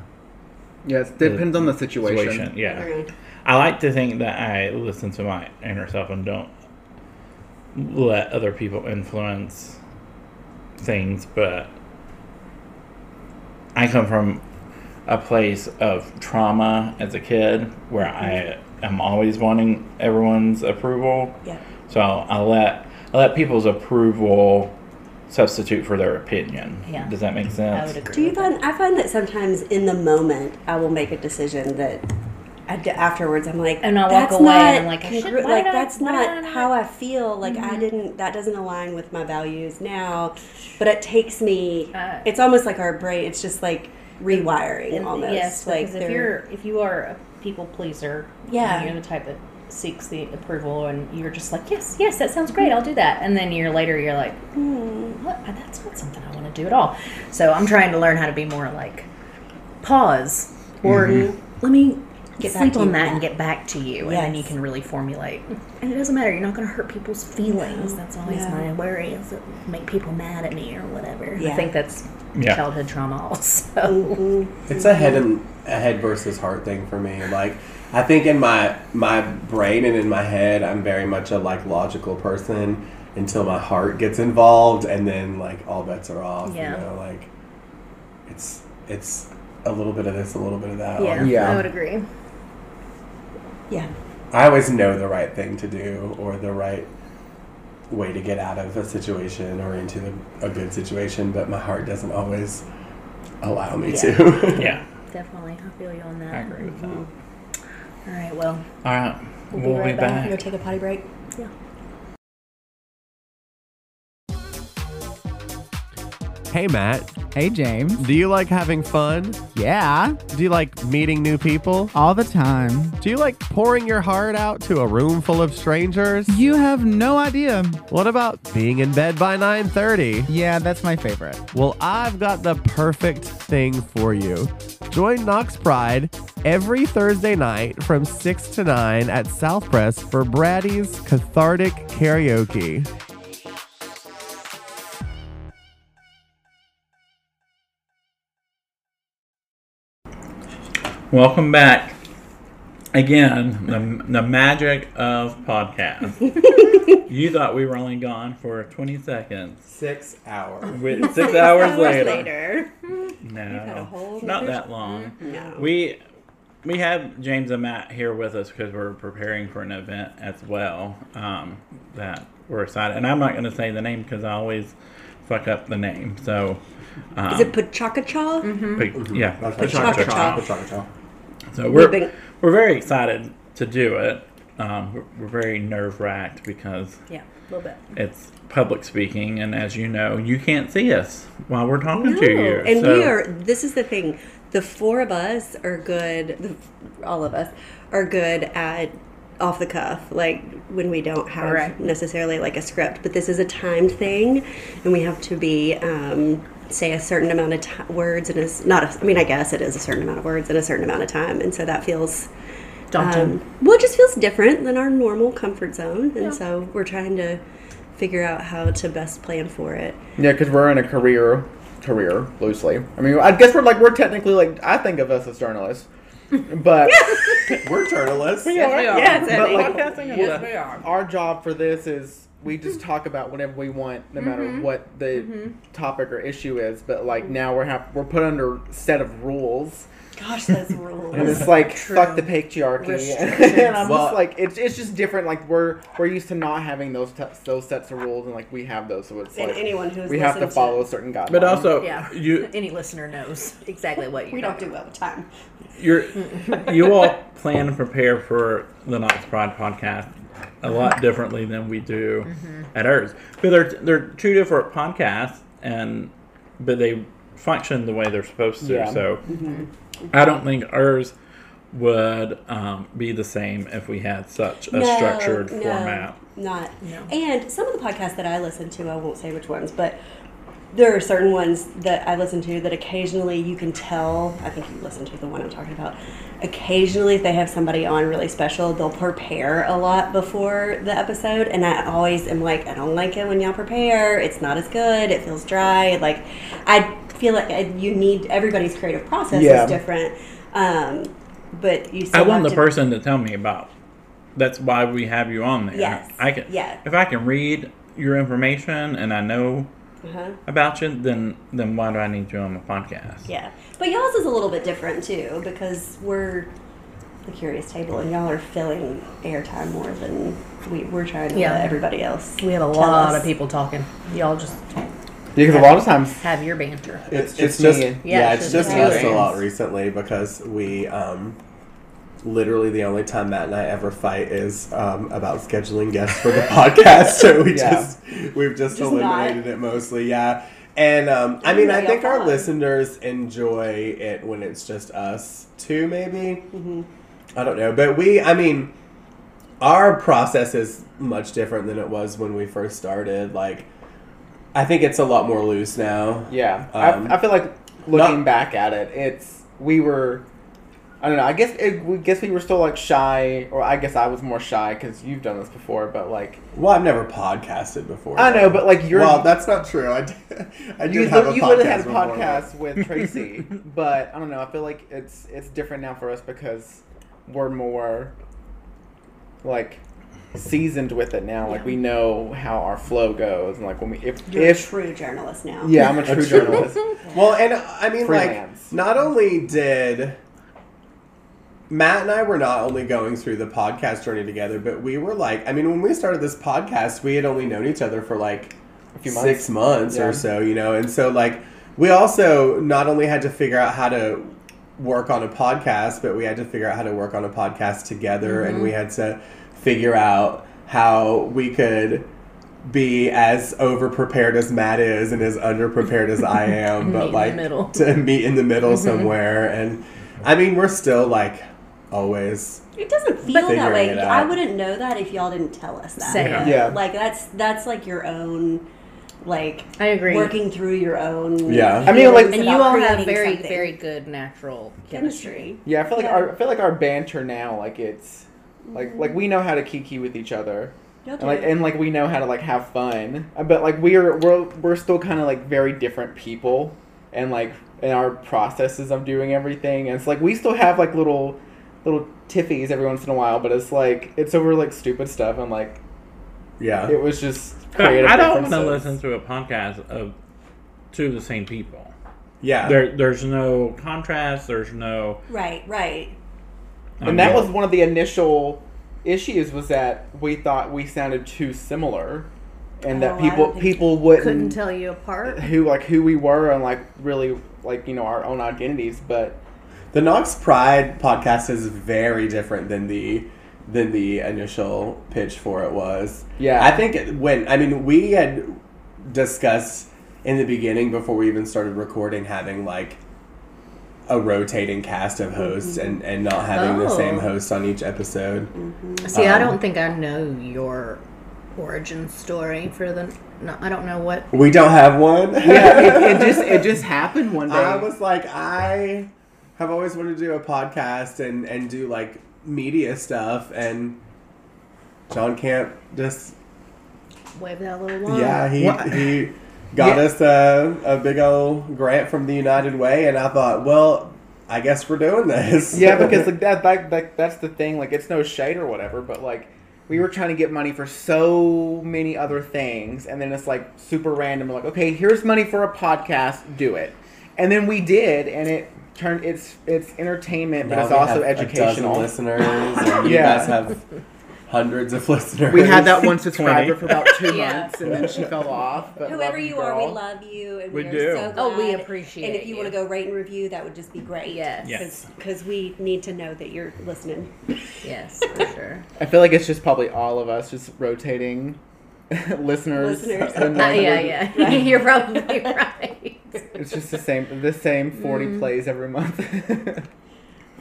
Yes, depends on the situation.
situation. Yeah.
Okay.
I like to think that I listen to my inner self and don't let other people influence things, but I come from a place of trauma as a kid where I am always wanting everyone's approval.
Yeah.
So I let I let people's approval substitute for their opinion.
Yeah.
Does that make
I
sense?
would agree.
Do you
with that.
find I find that sometimes in the moment I will make a decision that I d- afterwards I'm like
And I'll walk
"That's
away and
not
I'm like, I
congru-
should- why
like
did I-
that's
why
not
did I Mm-hmm.
how I feel like I didn't that doesn't align with my values now but it takes me
Uh,
it's almost like our brain it's just like rewiring
And
almost
Yes,
like
because if
they're-
you're if you are a people pleaser,
Yeah.
and you're the type that seeks the approval, and you're just like, yes, yes, that sounds great, I'll do that, and then a year later, you're like,
Hmm.
what? That's not something I want to do at all. So I'm trying to learn how to be more like pause or let me
Get back
sleep
to
on
you.
that and get back to you, and then you
Yes.
can really formulate. And it doesn't matter; you're not going to hurt people's feelings. That's always
No.
my worry is that make people mad at me or whatever.
Yeah.
I think that's
Yeah.
childhood trauma also.
It's a head and a head versus heart thing for me. Like I think in my my brain and in my head, I'm very much a like logical person until my heart gets involved, and then like all bets are off.
Yeah.
You know, like it's it's a little bit of this, a little bit of that.
Yeah,
Like,
Yeah.
I would agree.
yeah
I always know the right thing to do or the right way to get out of a situation or into the, a good situation, but my heart doesn't always allow me
Yeah.
to. *laughs*
yeah,
Definitely, I feel you on that.
I agree with that. All
All right, Mm-hmm. well,
right, we'll,
be right
be
back.
back.
you gonna take a potty break
yeah.
Hey, Matt.
Hey, James.
Do you like having fun?
Yeah,
Do you like meeting new people?
all the time.
Do you like pouring your heart out to a room full of strangers?
You have no idea.
What about being in bed by 9:30?
Yeah, that's my favorite.
Well, I've got the perfect thing for you. Join Knox Pride every Thursday night from 6 to 9 at South Press for Brady's Cathartic Karaoke.
Welcome back. Again, the, the magic of
*laughs*
podcast. you thought we were only gone for 20 seconds.
Six hours.
Wait, six hours,
Hours
later.
later had a
No,
whole
not
nother-
that long.
no
We we have James and Matt here with us because we're preparing for an event as well um, that we're excited. And I'm not going to say the name because I always fuck up the name. So, um,
is it Pachacacha? Mm-hmm.
but- yeah,
Pachacacha.
So we're
been-
we're very excited to do it. Um, we're, we're very nerve wracked because
Yeah, a little bit.
it's public speaking, and as you know, you can't see us while we're talking
No,
to you.
and
so
we are. This is the thing. The four of us are good. The, all of us are good at off the cuff, like when we don't have
Correct.
necessarily like a script. But this is a timed thing, and we have to be um, say a certain amount of ti words, and it's not. A, I mean, I guess it is a certain amount of words in a certain amount of time, and so that feels. Um, well, it just feels different than our normal comfort zone, and so we're trying to figure out how to best plan for it.
Yeah, because we're in a career, career loosely. I mean, I guess we're like we're technically like I think of us as journalists, but
We're
Yes,
journalists.
we are.
Yes,
but
Eddie.
like our job for this is we just
Mm-hmm.
talk about whatever we want, no matter what the topic or issue is. But like now we're hap- we're put under set of rules,
Gosh,
*laughs*
those rules.
and it's like fuck the patriarchy, *laughs* and I'm
Well-
just like it's it's just different. Like we're we're used to not having those t- those sets of rules, and like we have those, so it's
And
like
anyone who has
we have to
listened to-
follow a certain guidelines.
But also,
Yeah.
you
Any listener knows exactly what you
we don't do well with time.
you're you all plan and prepare for the Knox Pride podcast a
Mm-hmm.
lot differently than we do at ours. But they're they're two different podcasts, and but they function the way they're supposed to.
Yeah.
So
Mm-hmm.
I don't think ours would um, be the same if we had such a structured
no,
format.
Not.
No.
And some of the podcasts that I listen to, I won't say which ones, but there are certain ones that I listen to that occasionally you can tell. I think you listen to the one I'm talking about. Occasionally, if they have somebody on really special, they'll prepare a lot before the episode, and I always am like, I don't like it when y'all prepare. It's not as good. It feels dry. Like, I feel like I- you need everybody's creative process
Yeah.
is different. Um, but you.
I
still
want
have
the
to-
person to tell me about. That's why we have you on there.
Yes.
I can.
Yeah.
If I can read your information and I know
Uh-huh.
about you, then then why do I need you on the podcast?
Yeah, but y'all's is a little bit different too because we're the curious table, and y'all are filling airtime more than we, we're trying to
Yeah.
let everybody else.
We had a
tell
lot
us.
of people talking. Y'all just
because a lot of times
have your banter.
It's, it's,
It's
just
me.
yeah,
Yeah,
it's
it's
just
just
us
me.
a lot recently because we um, literally the only time Matt and I ever fight is um, about scheduling guests for the podcast. So we
Yeah.
just we've just,
Just
eliminated
not.
it mostly. Yeah, and um, I mean
Really
I think
a
our
lot.
listeners enjoy it when it's just us two, maybe. I don't know, but we I mean our process is much different than it was when we first started. Like. I think it's a lot more loose now.
Yeah,
Um,
I, I feel like looking
not-
back at it, it's we were. I don't know. I guess it, we guess we were still like shy, or I guess I was more shy because you've done this before. But like,
Well, I've never podcasted before.
I know, but like you're
well, that's not true. I did, *laughs* I did
you,
have a
you
podcast
literally had a
before,
podcast with
*laughs*
Tracy, but I don't know. I feel like it's it's different now for us because we're more like seasoned with it now. Like we know how our flow goes, and like when we if
You're a
if
true journalist now.
yeah, I'm a true
true-
journalist.
but- Well, and uh, I mean,
Freelance.
like, not only did Matt and I were not only going through the podcast journey together, but we were like, I mean, when we started this podcast, we had only known each other for like
A few
six months
Yeah.
or so, you know, and so like we also not only had to figure out how to work on a podcast, but we had to figure out how to work on a podcast together,
Mm-hmm.
and we had to figure out how we could be as over prepared as Matt is and as under prepared
*laughs*
as I
Meet
am, but
in the
like
middle. Mm-hmm.
to meet in the middle somewhere. And I mean, we're still like always.
It doesn't feel that
figuring
way.
it
I
out.
wouldn't know that if y'all didn't tell us that.
Say it.
Yeah.
Like that's that's like your own, like
I agree.
working through your own.
Yeah. I
mean, like-
feelings
and you
about
all have
creating
very,
something.
very good natural chemistry.
chemistry.
Yeah, I feel like
Yeah.
our I feel like our banter now, like it's like like we know how to kiki with each other,
Y'all
and like
do.
and like we know how to like have fun. Uh, But like we're we're we're still kind of like very different people, and like in our processes of doing everything, and it's like we still have like little little tiffies every once in a while, but it's like it's over like stupid stuff, and like
Yeah.
it was just
But *laughs*
creative.
Uh, I don't want to
differences.
listen to a podcast of two of the same people.
Yeah.
There, there's no contrast. There's no.
right, right.
I
and that
mean,
was one of the initial issues was that we thought we sounded too similar and
Oh, I
that
don't
people
think-
people wouldn't
Couldn't tell you
*laughs*
apart.
who like who we were and like really like you know our own identities but
The Knox Pride podcast is very different than the than the initial pitch for it was.
Yeah.
I think it- when I mean we had discussed in the beginning before we even started recording having like a rotating cast of hosts
Mm-hmm.
and and not having the
Oh.
same host on each episode.
Mm.
See, I
Um,
don't think I know your origin story for the. No, I don't know what.
We don't have one. *laughs*
it, it just it just happened one day
I was like, I have always wanted to do a podcast and and do like media stuff and John Camp just
Wave that little wand.
Yeah, he
What? *laughs*
he got
Yeah.
us a, a big old grant from the United Way, and I thought, well, I guess we're doing
*laughs*
this. *laughs*
yeah because like that, that that that's the thing like it's no shade or whatever but like we were trying to get money for so many other things, and then it's like super random. We're like, okay, here's money for a podcast, do it, and then we did, and it turned it's it's entertainment, but
Now
it's
we
also
have A dozen
educational.
listeners,
*laughs*
and you
Yeah.
guys have hundreds of listeners.
We had that
*laughs*
one subscriber
20.
for about two
*laughs*
Yeah.
months, and then she fell off. But
Whoever
love
you are, we
girl.
love you, and
We
we, are
do.
so glad.
Oh, we appreciate
And if you, want to
you.
go rate and review, that would just be great.
Yes.
Yes.
because we need to know that you're listening.
Yes, *laughs* for sure.
I feel like it's just probably all of us just rotating *laughs* listeners.
Listeners.
and,
Uh,
like,
yeah,
we're-
yeah. *laughs* You're probably right.
It's just the same, the same forty
Mm-hmm.
plays every month. *laughs*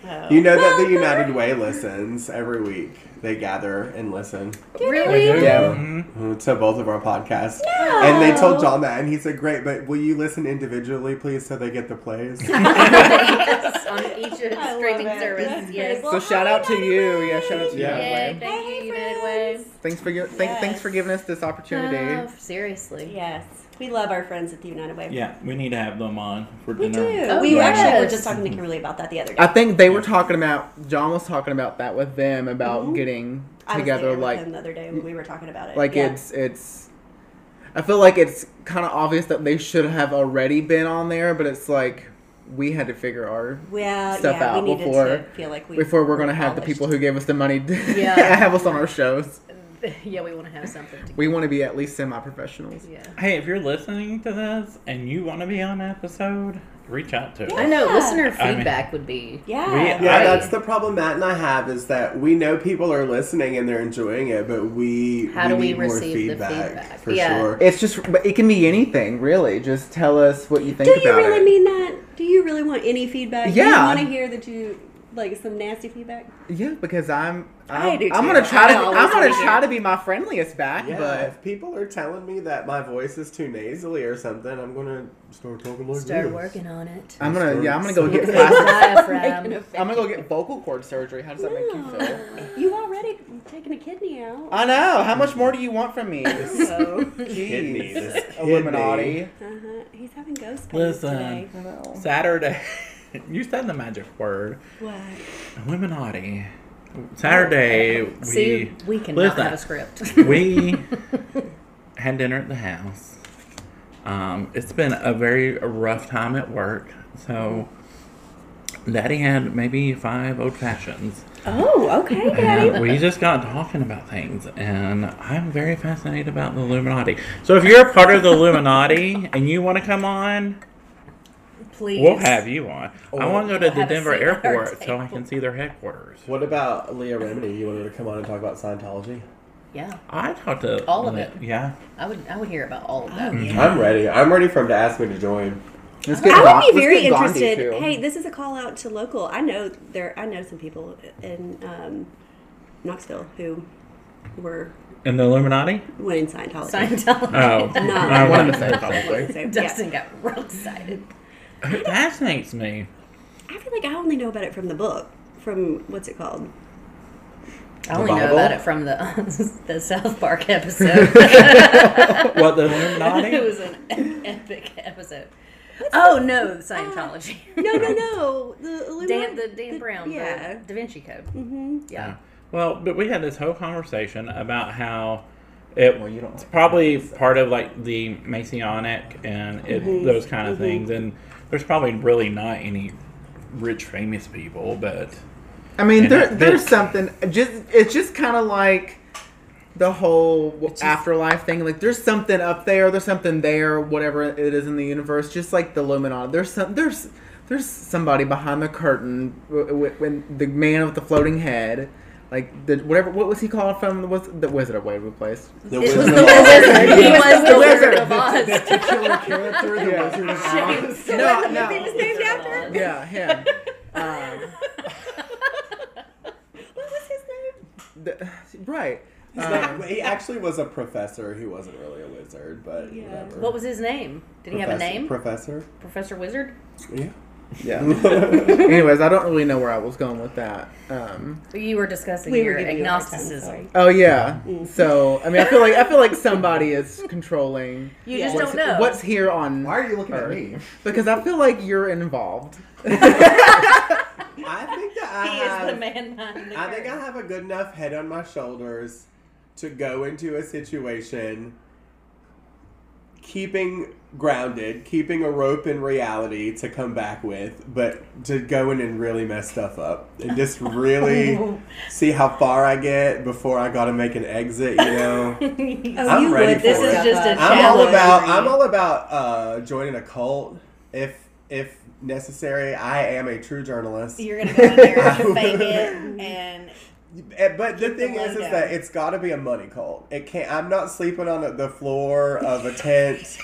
Oh.
You know that the United Way listens every week. They gather and listen Uh,
really?
*laughs*
*laughs*
Yeah. Mm-hmm.
Mhm.
to both of our podcasts. And they told John that, and he said, Great, but will you listen individually, please, so they get the plays?
yes, on each of
I love
streaming
it. That's
services.
great.
Yes.
Well,
so shout
hi,
out to
United
you.
Way.
Yeah, shout out to
Yeah.
you.
Yay,
Anyway.
thank you,
Hey,
United
friends.
Way.
Thanks for your, thank,
Yes.
thanks for giving us this opportunity.
Oh, seriously.
*laughs* Yes, we love our friends at the United Way.
Yeah, we need to have them on for
we do.
dinner.
Oh,
we were actually were
yes.
just talking to Kimberly about that the other day.
I think they were talking about John was talking about that with them about getting
Mm-hmm. I was there
together
with
like
him the other day when we were talking about it.
like
Yeah.
it's it's I feel like it's kind of obvious that they should have already been on there, but it's like we had to figure our
well,
stuff
yeah,
out
we needed
before-
to feel like we
before we're
were
gonna have the
polished.
people who gave us the money *laughs*
Yeah.
have us on our shows.
*laughs* Yeah, we want to have something to
We want to be at least semi-professionals.
Yeah.
Hey, if you're listening to this and you want to be on an episode, reach out to us.
I know
Yeah.
listener
I mean-
feedback would be
Yeah,
We-
Yeah,
Right.
that's the problem Matt and I have is that we know people are listening and they're enjoying it, but we
How do we
need more
receive the
feedback,
feedback?
for
Yeah.
sure.
It's just, but it can be anything, really. Just tell us what you think
Do
about
you really
it.
mean that? Do you really want any feedback? Do you
Yeah.
want to hear that you like some nasty feedback?
yeah, because I'm,
I
I'm,
do
I'm
too.
gonna try to,
I always
I'm gonna
wanna
try
hear.
to be my friendliest back,
yeah,
but
if people are telling me that my voice is too nasally or something, I'm gonna start talking like
start
this.
working on it. *laughs*
I'm gonna, yeah, I'm gonna go get
*laughs*
Big
plastic.
diaphragm.
I'm gonna go get vocal cord surgery. How does that make you feel?
No. You already taking a kidney out.
I know. How much more do you want from me?
So,
Kidney,
*laughs* Jeez, *laughs*
this
Illuminati.
uh-huh. He's having ghost pains today.
Listen, Saturday. *laughs* you said the magic word,
What?
Illuminati. Saturday, we
*laughs* See, we cannot
listen,
have a
*laughs*
script.
we had dinner at the house. Um, it's been a very rough time at work, so Daddy had maybe five old fashions.
Oh, okay,
*laughs* And we just got talking about things, and I'm very fascinated about the Illuminati. So if you're a part of the Illuminati and you want to come on,
Please.
we'll have you on. I want to go to the
have a
Denver
seat at our *laughs*
airport so I
table.
can see their headquarters.
What about Leah Remini? You wanted to come on and talk about Scientology?
Yeah,
I talked to
All of it.
Yeah,
I would. I would hear about all of that.
Oh,
*laughs*
I'm ready. I'm ready for him to ask me to join.
Let's get Ga-
I would
let's
be very
get Gandhi,
interested.
too.
Hey, this is a call out to local. I know there. I know some people in um, Knoxville who were
in the
*laughs*
Illuminati.
went in Scientology.
Scientology
Oh,
No.
one *laughs*
the same,
Same,
probably.
same, yeah.
Dustin *laughs* got real excited.
It fascinates me.
I feel like I only know about it from the book. From what's it called?
I only know
Bible?
about it from the *laughs* the South Park episode.
What the
*laughs* it
Illuminati?
was an epic episode. Oh no, Scientology.
No, no, no. The Illuminati.
*laughs* Dan, the Dan Brown,
yeah.
the Da Vinci Code.
hmm
Yeah.
Well, but we had this whole conversation about how it
Well, you don't
it's
like
probably part of like the Masonic and it,
Mm-hmm.
those kind of things, and there's probably really not any rich famous people, but
I mean,
And
there,
that-
there's something. Just it's just kind of like the whole w- afterlife thing. Like, there's something up there. There's something there. Whatever it is in the universe, just like the Luminati. There's some. There's there's somebody behind the curtain w- w- when the man with the floating head. Like the whatever, what was he called from the, was the Wizard of Waverly Place?
The
It was
Wizard
the
of Oz.
wizard. He was the wizard of
The
Oz.
titular character, the Wizard of Oz.
No,
what the
no.
movie was named after?
Oz.
Yeah, him. um,
What was his name?
the, right.
He's
Um,
not- he actually was a professor. He wasn't really a wizard, but
Yeah.
whatever.
What was his name? Did he have a
Professor-
name?
Professor.
Professor Wizard?
Yeah. *laughs*
Yeah. Anyways, I don't really know where I was going with that. Um,
You were discussing
We were
your
giving you a hard time,
agnosticism.
sorry.
Oh yeah. So I mean, I feel like I feel like somebody is controlling
You
Yeah.
just
What's-
don't know.
what's here on.
Why are you looking at me?
Because I feel like you're involved.
I think that I
he is the
have.
man behind the *laughs*
I think I
curtain.
have a good enough head on my shoulders to go into a situation keeping grounded, keeping a rope in reality to come back with, but to go in and really mess stuff up and just really see how far I get before I got to make an exit, you know.
*laughs*
*laughs* Oh,
I'm
you
ready
would.
for
This
it.
is just a
I'm all
challenge.
about I'm all about uh, joining a cult if if necessary. I am a true journalist.
You're gonna go in there
*laughs*
to fake it, and
Eh, But the thing
the
is, is
logo.
that it's got to be a money cult. It can't. I'm not sleeping on the- the floor of a tent.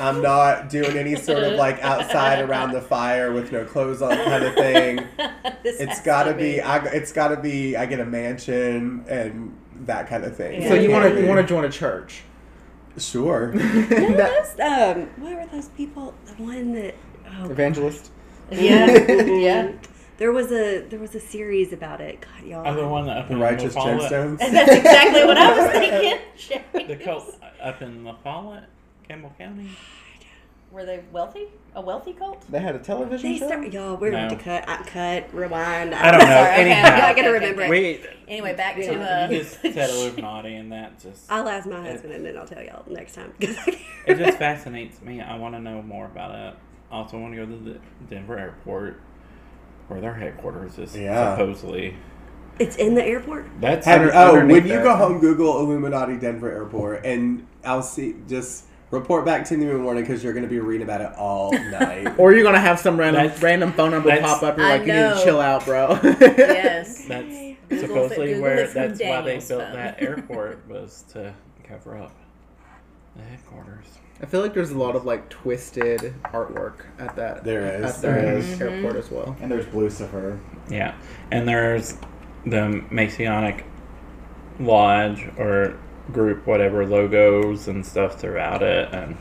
I'm not doing any sort of like outside around the fire with no clothes on kind
*laughs*
of *laughs* thing.
this
It's
has
got to be. I, it's got to be. I get a mansion and that kind of thing.
Yeah.
So you want to
Yeah.
you want to join a church? *laughs*
Sure.
That-
Those, um, what were those people? The one that oh,
evangelist.
*laughs*
Yeah, yeah.
there was a there was a series about it. God, y'all.
Oh, the one that up
The
in
righteous
La Follette-
gemstones.
That's exactly what I
*laughs*
was thinking.
The cult up in La Follette, Campbell County.
Were they wealthy? A wealthy cult?
They had a television
They
show.
start, y'all. We're going to
Mm-hmm. No.
cut, uh, cut, rewind.
I
*laughs*
don't know.
Sorry, okay,
Anyhow,
Y'all
okay,
gotta
okay,
remember
okay.
it.
we
Anyway, back
Yeah.
you
to *laughs*
just
uh,
said
*laughs*
Illuminati, and that just
I'll ask my husband and then I'll tell y'all next time. *laughs* 'cause I can't
Uh, it just fascinates me. I want to know more about it. Also, want to go to the Denver airport, where their headquarters is
Yeah.
supposedly.
It's in the airport.
That's
Have you,
Under-
oh, when
underneath
you *laughs*
that.
go home, Google Illuminati Denver Airport, and I'll see. Just report back to me in the morning because you're going to be reading about it all night.
Or you're gonna have some random
That's-
random phone number
that's-
pop up. You're
I
like, you need to
know.
chill out, bro.
yes.
*laughs* that's
Google it-
supposedly
Google
where
it from
that's why they
Daniel's
built
phone.
that airport was to cover up the headquarters.
I feel like there's a lot of like twisted artwork at that.
There is,
At
there
their
is.
airport as well.
and there's Lucifer.
Yeah, and there's the Masonic lodge or group, whatever logos and stuff throughout it, and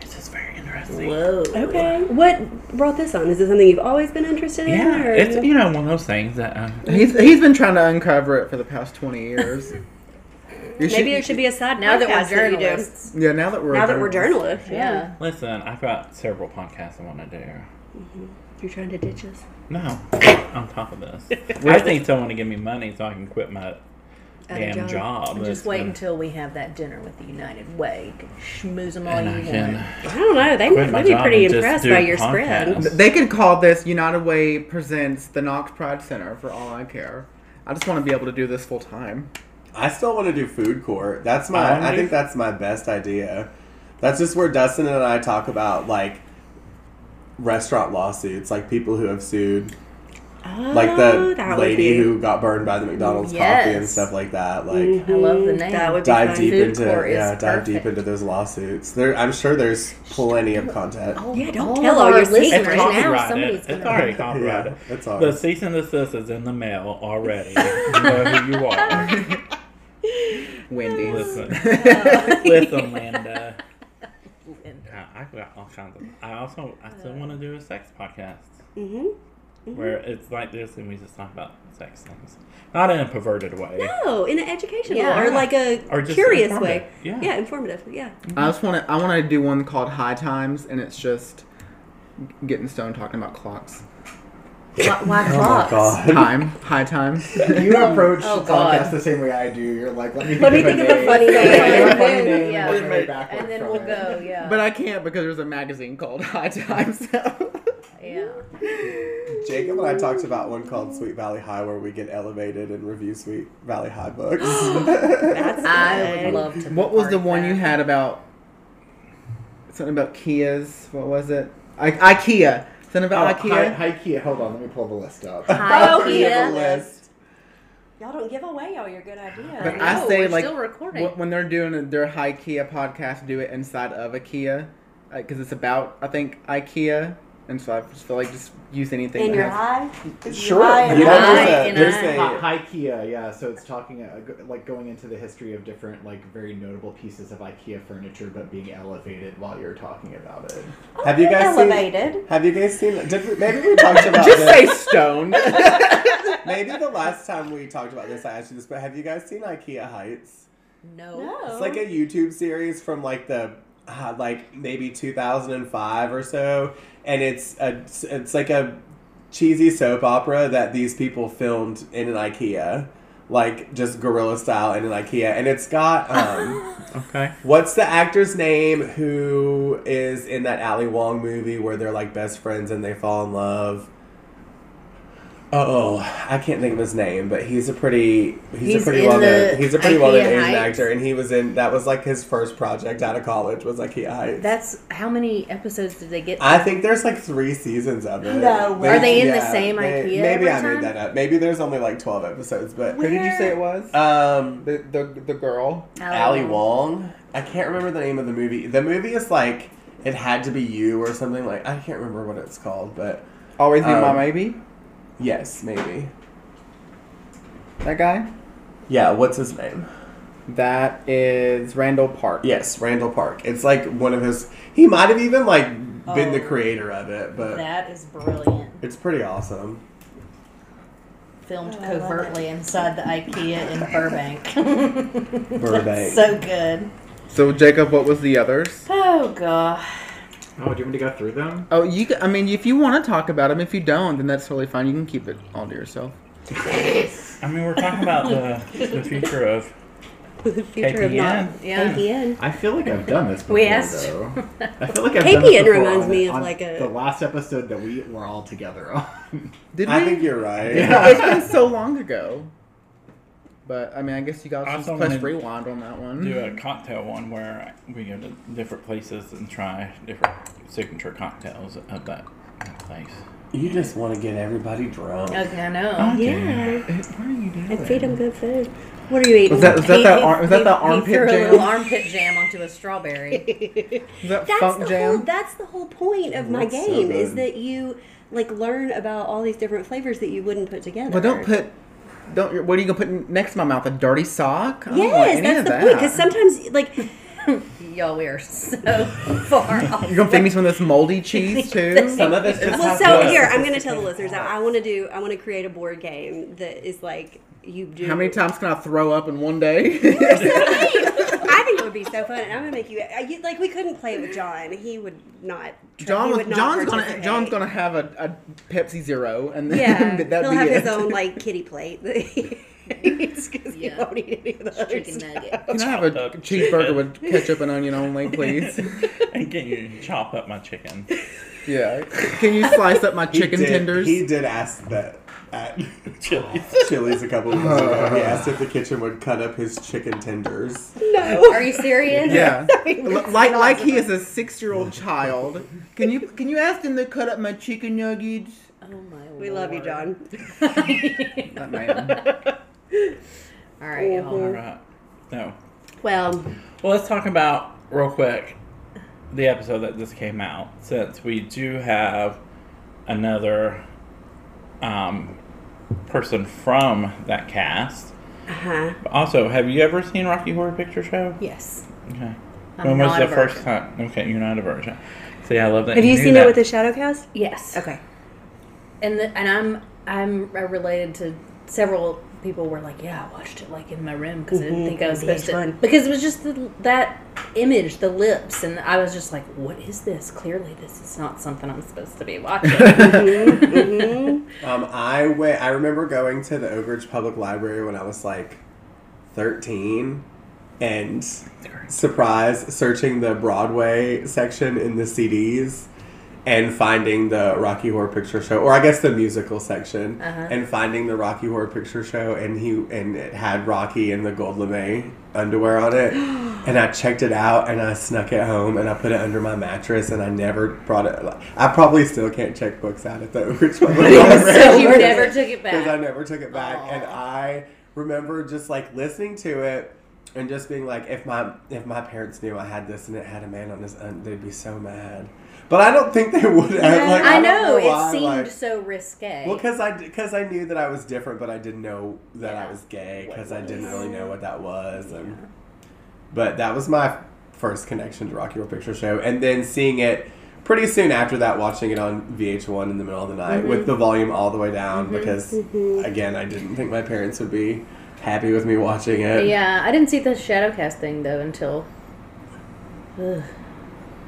it's just very interesting.
Whoa.
Okay. What brought this on? Is this something you've always been interested in?
Yeah,
or-
it's you know one of those things that um,
He's he's been trying to uncover it for the past twenty years. You
Maybe there should be a side
Now that
podcast
we're
you do.
journalists.
Yeah, now that we're
Now that we're journalists, yeah.
Yeah.
listen. I've got several podcasts I want to do.
You're trying to ditch us.
*laughs* No, on top of this, I just need someone to give me money so I can quit my damn
job.
job.
Just
That's
wait
gonna-
until we have that dinner with the United Way. You can schmooze them all
and I
you
can
want.
I don't know. They
quit
might
my
they'd be
job
pretty
and just
impressed
do
by your
podcasts.
spread.
They could call this United Way presents the Knox Pride Center for all I care. I just want to be able to do this full time.
I still want to do food court. That's my.
I wanna
I
do-
think that's my best idea. That's just where Dustin and I talk about like restaurant lawsuits, like people who have sued,
Oh,
like the
that would
lady
be- *laughs*
who got burned by the McDonald's coffee and
Yes.
stuff like that. Like.
Mm-hmm.
I love the name.
That would be
Dive
fun.
deep
Food
into
court is
yeah, dive deep
perfect.
into those lawsuits. There, I'm sure there's plenty of content.
Yeah, don't tell all
our
your secrets
It's
Right
now,
copyrighted.
somebody's
It's
gonna- *laughs*
already copyrighted.
*laughs* Yeah, it's all Oh,
The
right.
cease and desist is in the mail already. you know who you are.
Wendy's. *laughs*
Listen,
*laughs*
listen, Linda. Yeah, I've got all kinds of. I also, I still want to do a sex podcast
Mhm.
where it's like this, and we just talk about sex things, not in a perverted way,
Oh, in an educational
Yeah.
or like a
Or just
curious
informative.
way.
Yeah. Mm-hmm.
informative. Yeah.
I just want to. I want to do one called High Times, and it's just getting stoned talking about clocks. *laughs*
Why, why
Oh my
clocks?
god.
Time, *laughs* high time.
You approach
Oh,
the
God.
podcast the same way I do. You're like, let me
Let me think of
*laughs*
a funny
name.
name.
*laughs* Yeah, funny name.
Yeah.
Yeah.
And And then we'll go, yeah.
But I can't because there's a magazine called *laughs* High Times. So.
yeah.
Jacob and I talked about one called Sweet Valley High, where we get elevated and review Sweet Valley High books. *laughs*
That's
I would
good.
love to. be
What was
part
the
of
one you
that.
had about something about Kias? What was it? I- IKEA. Something
Oh,
about
hi,
IKEA.
hi, Kia. Hold on, let me pull the list up.
Hi,
We have
Kia.
a list.
Y'all don't give away all your good
But
ideas.
I
No,
say,
we're
like,
still recording.
Wh- When they're doing their IKEA podcast, do it inside of IKEA because it's about I think IKEA, and so I just feel like just use anything.
In
that
your
has-
eye.
Sure.
Hi,
Yeah,
hi,
there's a,
and
there's
hi.
a-
Hi, Kia. Yeah, so it's talking uh, go- like going into the history of different like very notable pieces of IKEA furniture, but being elevated while you're talking about it.
Have you guys seen-
elevated?
Have you guys seen? Did we, maybe we talked about
Just
this.
*laughs* say stoned.
maybe the last time we talked about this, I asked you this, but have you guys seen IKEA Heights?
No.
Oh.
It's like a YouTube series from like the uh, like maybe 2005 or so, and it's a it's like a cheesy soap opera that these people filmed in an IKEA. like just guerrilla style in an IKEA, and it's got um,
Okay.
Oh,
what's the actor's name who is in that Ali Wong movie where they're like best friends and they fall in love. Oh, I can't think of his name, but he's a pretty he's,
He's
a pretty
in
well
the
known he's a pretty
IKEA
well known Asian
Heights.
actor, and he was in that was like his first project out of college was IKEA Heights.
That's how many episodes did they get?
I think there's like three seasons of it.
No way.
Are they in the same IKEA
Maybe
every
I
time?
made that up. Maybe there's only like twelve episodes, but
Who did you say it was?
*laughs*
Uh,
um,
the, the the girl.
Ali Wong. I can't remember the name of the movie. The movie is like it had to be you or something like I can't remember what it's called, but
Always be my
Um,
maybe.
yes, maybe.
That guy.
Yeah, what's his name?
That is Randall Park.
Yes, Randall Park. It's like one of his. He might have even like been the
Oh.
creator of it, but
That is brilliant.
it's pretty awesome.
Filmed
Oh, I love
covertly inside the IKEA
*laughs*
in Burbank.
Burbank.
so good.
So Jacob, what was the others?
Oh god.
Oh, do you want me to go through them?
Oh, you. c- I mean, if you want to talk about them, if you don't, then that's totally fine. You can keep it all to yourself.
I mean, we're talking about the, the future of
*laughs* the future of not
KPN.
Yeah.
KPN.
I feel like I've done this before.
We asked.
Though. I feel like I've done this
KPN
before
reminds
on-
me of
on
like a-
the last episode that we were all together on.
Did we?
I think you're
*laughs*
right.
Yeah.
it's been so long ago. But I mean, I guess you guys
I
just
also
press
wanted-
rewind on that one.
Do a cocktail one where we go to different places and try different signature cocktails of that place.
You just want to get everybody drunk.
Okay, I know.
yeah.
And feed them good food. What are you eating?
Was that was that that arm, was that that
he
armpit
threw a little
jam?
armpit jam onto a *laughs* strawberry.
Was that
that's
funk
the whole.
jam?
That's the whole point of my
That's so
game is
good.
that you like learn about all these different flavors that you wouldn't put together.
Well, don't put. Don't. What are you gonna put in- next to my mouth? A dirty sock? I don't want
Yes,
any
that's
of
the
that.
point. Because sometimes, like,
Y'all, we are so *laughs* far off.
You're gonna feed me some of this moldy *laughs* cheese too.
Some of it's just
well,
has
so
to-
here I'm going to tell the listeners. I, I want to do. I want to create a board game that is like you do.
How many times can I throw up in one *laughs* day?
I think it would be so fun, and I'm gonna make you, I- you like we couldn't play it with John. He would not. tr-
John,
he
was,
would not
John's gonna
participate.
John's gonna *laughs* have a, a Pepsi Zero, and then
Yeah,
*laughs* that'd
he'll
be
have
it.
his own like kitty plate. *laughs* that he eats 'cause he
Yeah.
won't eat any of the other
Chicken
stuff.
nugget.
Can I have a
Chopped up
cheeseburger
chicken.
with ketchup and onion only, *laughs* please?
uh, And can you chop up my chicken?
yeah. Can you slice up my
He
chicken
did-
tenders?
He did ask that at *laughs*
Chili's.
Chili's a couple of years ago. He asked if the kitchen would cut up his chicken tenders.
No,
Are you serious?
*laughs* Yeah.
mean,
L- like like he is a six year *laughs* old child. Can you can you ask him to cut up my chicken nuggets?
Oh my
*laughs* we love you, John.
That
*laughs*
Oh, man.
All right, y'all.
All right. uh, No.
Well,
Well, let's talk about real quick the episode that just came out, since we do have another um, person from that cast.
uh huh.
Also, have you ever seen Rocky Horror Picture Show?
Yes.
Okay.
I'm
when was
not
the
a
first
virgin.
time? Okay, you're not a virgin. See, I love that.
Have you
knew
seen
that.
it with the shadow cast?
Yes.
Okay.
And the, and I'm I'm related to several people were like, yeah, I watched it like in my room because I
Mhm,
didn't
Mm-hmm.
think I was supposed to.
VH1.
Because it was just the, that image, the lips, and I was just like, what is this? Clearly, this is not something I'm supposed to be
*laughs*
watching. *laughs*
Mm-hmm. Um, I went. I remember going to the Oak Ridge Public Library when I was like thirteen, and surprise, searching the Broadway section in the CDs. And finding the Rocky Horror Picture Show, or I guess the musical section,
Uh-huh.
and finding the Rocky Horror Picture Show, and he and it had Rocky in the gold lame underwear on
*gasps*
it, and I checked it out, and I snuck it home, and I put it under my mattress, and I never brought it. I probably still can't check books out at the *laughs* Oak Ridge Public Library
*laughs* so
*laughs*
you never took it
Mm-hmm. because I
back.
never took it back, and I remember just like listening to it and just being like, if my if my parents knew I had this and it had a man on his, un- they'd be so mad. But I don't think they would. have. like,
I
don't
know it
why,
seemed
like-
so risque.
well, because I because I knew that I was different, but I didn't know that I was gay because I didn't really know what that was. And, But that was my first connection to Rocky Horror Picture Show, and then seeing it pretty soon after that, watching it on VH1 in the middle of the night
Mm-hmm.
with the volume all the way down because again, I didn't think my parents would be happy with me watching it.
yeah, I didn't see the Shadowcast thing though until. Ugh.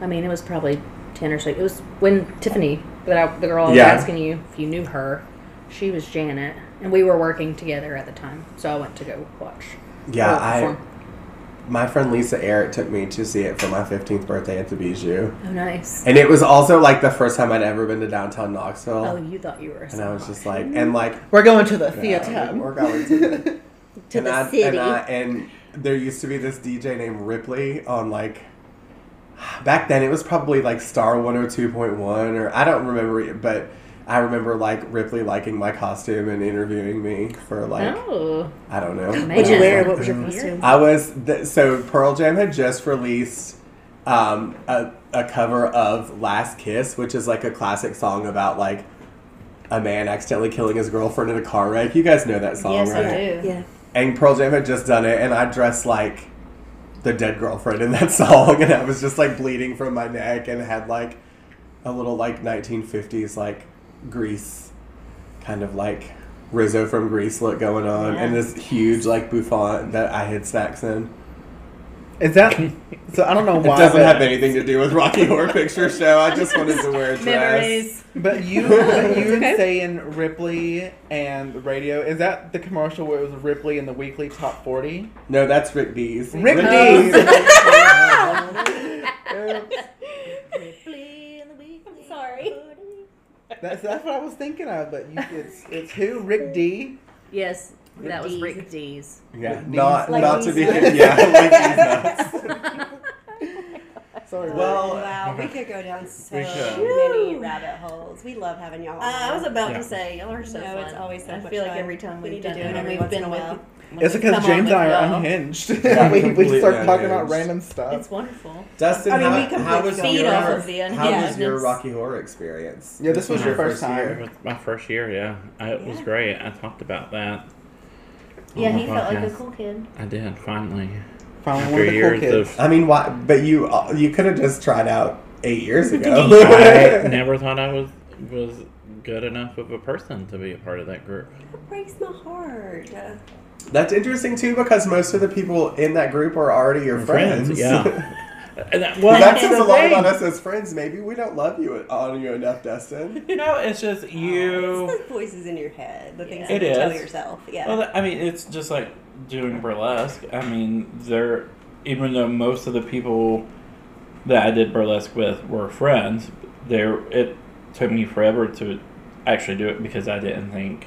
I mean, it was probably ten or so. It was when Tiffany, that I, the girl I was
Yeah.
asking you if you knew her, She was Janet, and we were working together at the time. So I went to go watch.
Yeah,
her
I.
perform.
My friend Lisa Eric took me to see it for my 15th birthday at the Bijou.
Oh, nice.
And it was also like the first time I'd ever been to downtown Knoxville.
Oh, you thought you were. A
and I was
slut.
just like, and
*laughs*
like, uh,
We're going to the
yeah,
theater.
we're
*laughs*
going to
to
and
the
I,
city.
And, I, and there used to be this DJ named Ripley on like back then it was probably like Star 102.1 or I don't remember it, but I remember like Ripley liking my costume and interviewing me for like
oh,
I don't know.
What'd you
Man.
wear? What was your costume?
I was th- so Pearl Jam had just released um, a, a cover of "Last Kiss," which is like a classic song about like a man accidentally killing his girlfriend in a car wreck. You guys know that song,
Yes,
right?
I do.
Yeah.
And Pearl Jam had just done it, and I dressed like the dead girlfriend in that *laughs* song, and I was just like bleeding from my neck, and had like a little like 1950s like Grease kind of like Rizzo from Grease look going on, and this huge like bouffant that I hid snacks in.
Is that? *laughs* So I don't know
It
why.
doesn't
but-
have anything to do with Rocky Horror Picture Show. I just wanted to wear a dress.
memories.
*laughs* But you, but you
Okay.
saying Ripley and the radio is that the commercial where it was Ripley in the weekly top forty?
No, that's Rick Dees.
Rick
Dees.
Sorry.
*laughs* That's that's what I was thinking of. But you, it's it's who Rick D.
Yes, that was
D's.
Rick D's.
yeah,
Rick
not
Like
not to
these
be
nuts.
yeah, like these nuts.
Sorry.
Well-
wow, we could go down so
We could.
many rabbit holes.
We love having y'all.
Uh,
on.
I was about
Yeah.
to say, y'all are so
No,
fun.
it's always so
I
much
feel like
fun.
every time
We
we've
need to
done
do
it,
it
and
every
we've
once
been
in a
with
while.
when
it's
we
because
come
James and
on
I
with
are
y'all.
unhinged.
Yeah,
we we
completely
start talking about
unhinged.
random stuff.
It's wonderful.
Dustin,
I mean,
how,
we can
how
put
was
feet
your
off of the
how was your
unhingedness.
Rocky Horror experience?
yeah, this was your first
It
time.
was my first year, yeah. I, it was
Yeah.
great. I talked about that. on
Yeah,
my
he felt like a
podcast.
cool kid.
I did finally.
Finally, one
After
of the cool
years
kids.
of,
I mean, why? But you uh, you could have just tried out eight years ago. *laughs*
I never thought I was was good enough of a person to be a part of that group.
It breaks my heart.
That's interesting too, because most of the people in that group are already your friends. *laughs*
yeah. And that-
Well,
well,
that
that's
says
the
a lot about
thing.
us as friends. Maybe we don't love you on you enough, Dustin.
You know, it's just you.
It's those voices in your head, the things
Yeah.
that you
It
tell
is.
yourself. Yeah.
Well, I mean, it's just like doing burlesque. I mean, there, even though most of the people that I did burlesque with were friends, there it took me forever to actually do it because I didn't think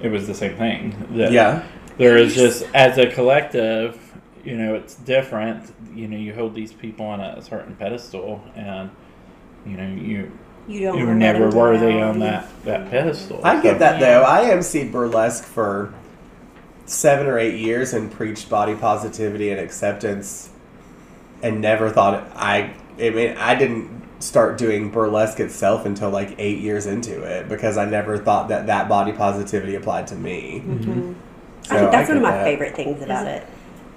it was the same thing. That
Yeah,
there is just as a collective, you know, it's different. You know, you hold these people on a certain pedestal, and you know, you
you don't.
you were
wanna let
never
them
worthy
down.
on that that pedestal.
I
So-
get that though. I emceed burlesque for seven or eight years and preached body positivity and acceptance, and never thought I. I mean, I didn't start doing burlesque itself until like eight years into it because I never thought that that body positivity applied to me.
I think that's one of
get
my
that.
favorite things about
Is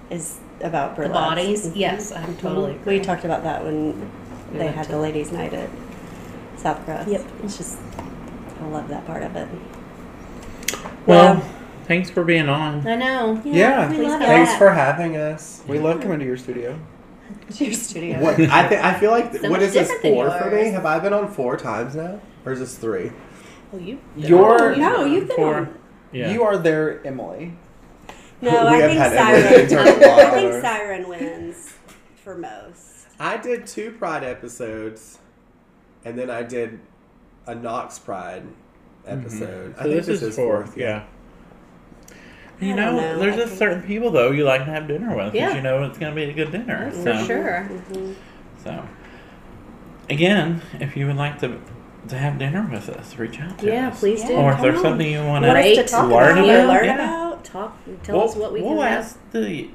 it is about
The
burlesque.
bodies. Yes, I'm totally.
We talked about that when
We
they
went
had
to-
the ladies' night at South Cross.
Yep.
It's just I love that part of it.
Well, thanks for being on.
I *laughs* know.
Yeah.
We love
Thanks
that.
for having us.
We love coming to your studio.
It's your studio.
What I think I feel like
So
what
much
is this
different than
four for me?
yours.
Have I been on four times now, or is this three?
Well, Oh, you.
Your-
Oh,
Oh,
No, you've been
For-
on.
Yeah.
You are there, Emily.
No,
We
I
have
think
had
Siren.
everything turned
I think
off.
Siren wins for most.
I did two Pride episodes, and then I did a Knox Pride episode.
Mm-hmm.
I
So
think
this, is, fourth, yeah. You
I
know,
don't know.
there's
I
just
think-
certain people though you like to have dinner with. 'cause
Yeah.
You know it's gonna be a good dinner.
For
so,
sure.
so again, if you would like to to have dinner with us, reach out to
Yeah,
us.
please do.
Or if there's
on.
something you want
Want
to
us
Great.
to talk
Learn
about?
about,
Learn
yeah.
about.
Talk. Tell us what we
we'll
can
ask the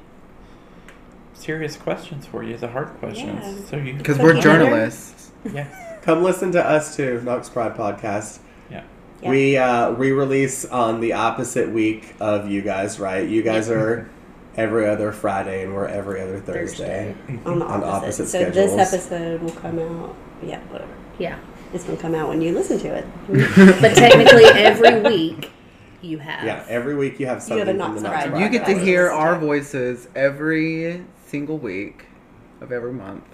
serious questions for you, the hard questions.
Yeah.
So you
*laughs*
Because
But
we're
yeah.
journalists.
yes,
Come listen to us too, Knox Pride podcast.
yeah.
Yeah.
We uh, re-release on the opposite week of you guys, right? You guys are every other Friday, and we're every other Thursday.
*laughs*
on the
on
opposite.
opposite
so
schedules.
this episode will come out. Yeah, whatever.
Yeah.
It's gonna come out when you listen to it.
But technically, every week you have.
Yeah, every week you have
You have
something
a
from
Knox
the Knox
Pride.
Pride.
You get to
Right.
hear our voices every single week of every month,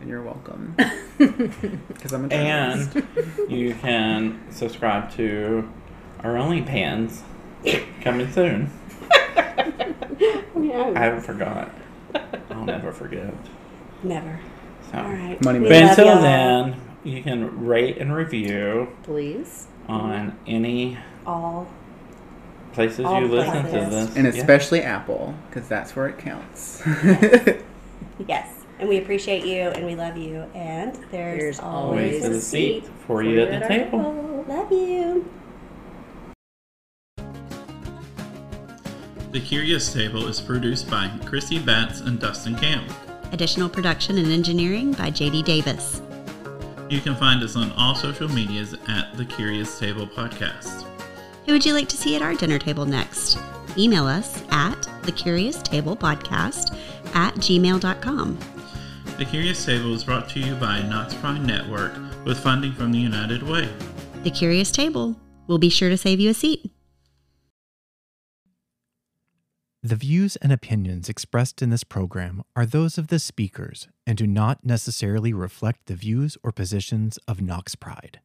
and
*laughs*
you're welcome. Because I'm a journalist.
And you can subscribe to
Our only pans coming soon. I
No,
haven't forgot. I'll never forget.
never.
So.
All right.
Money
But
moves.
Love
until
y'all.
then, you can rate and review
Please.
on any
All.
places
All
you listen to
places.
this.
And
Yeah.
especially Apple, because that's where
*laughs*
it counts. *laughs*
Yes. And we appreciate you and we love you. And there's,
There's
always, a seat.
for you at the table.
Love you.
The Curious Table is produced by Chrissy Betts and Dustin Camp.
Additional production and engineering by JD Davis.
You can find us on all social medias at The Curious Table Podcast.
Who would you like to see at our dinner table next? Email us at thecurioustablepodcast at gmail.com.
The Curious Table is brought to you by Knox Prime Network with funding from the United Way.
The Curious Table will be sure to save you a seat.
The views and opinions expressed in this program are those of the speakers and do not necessarily reflect the views or positions of Knox Pride.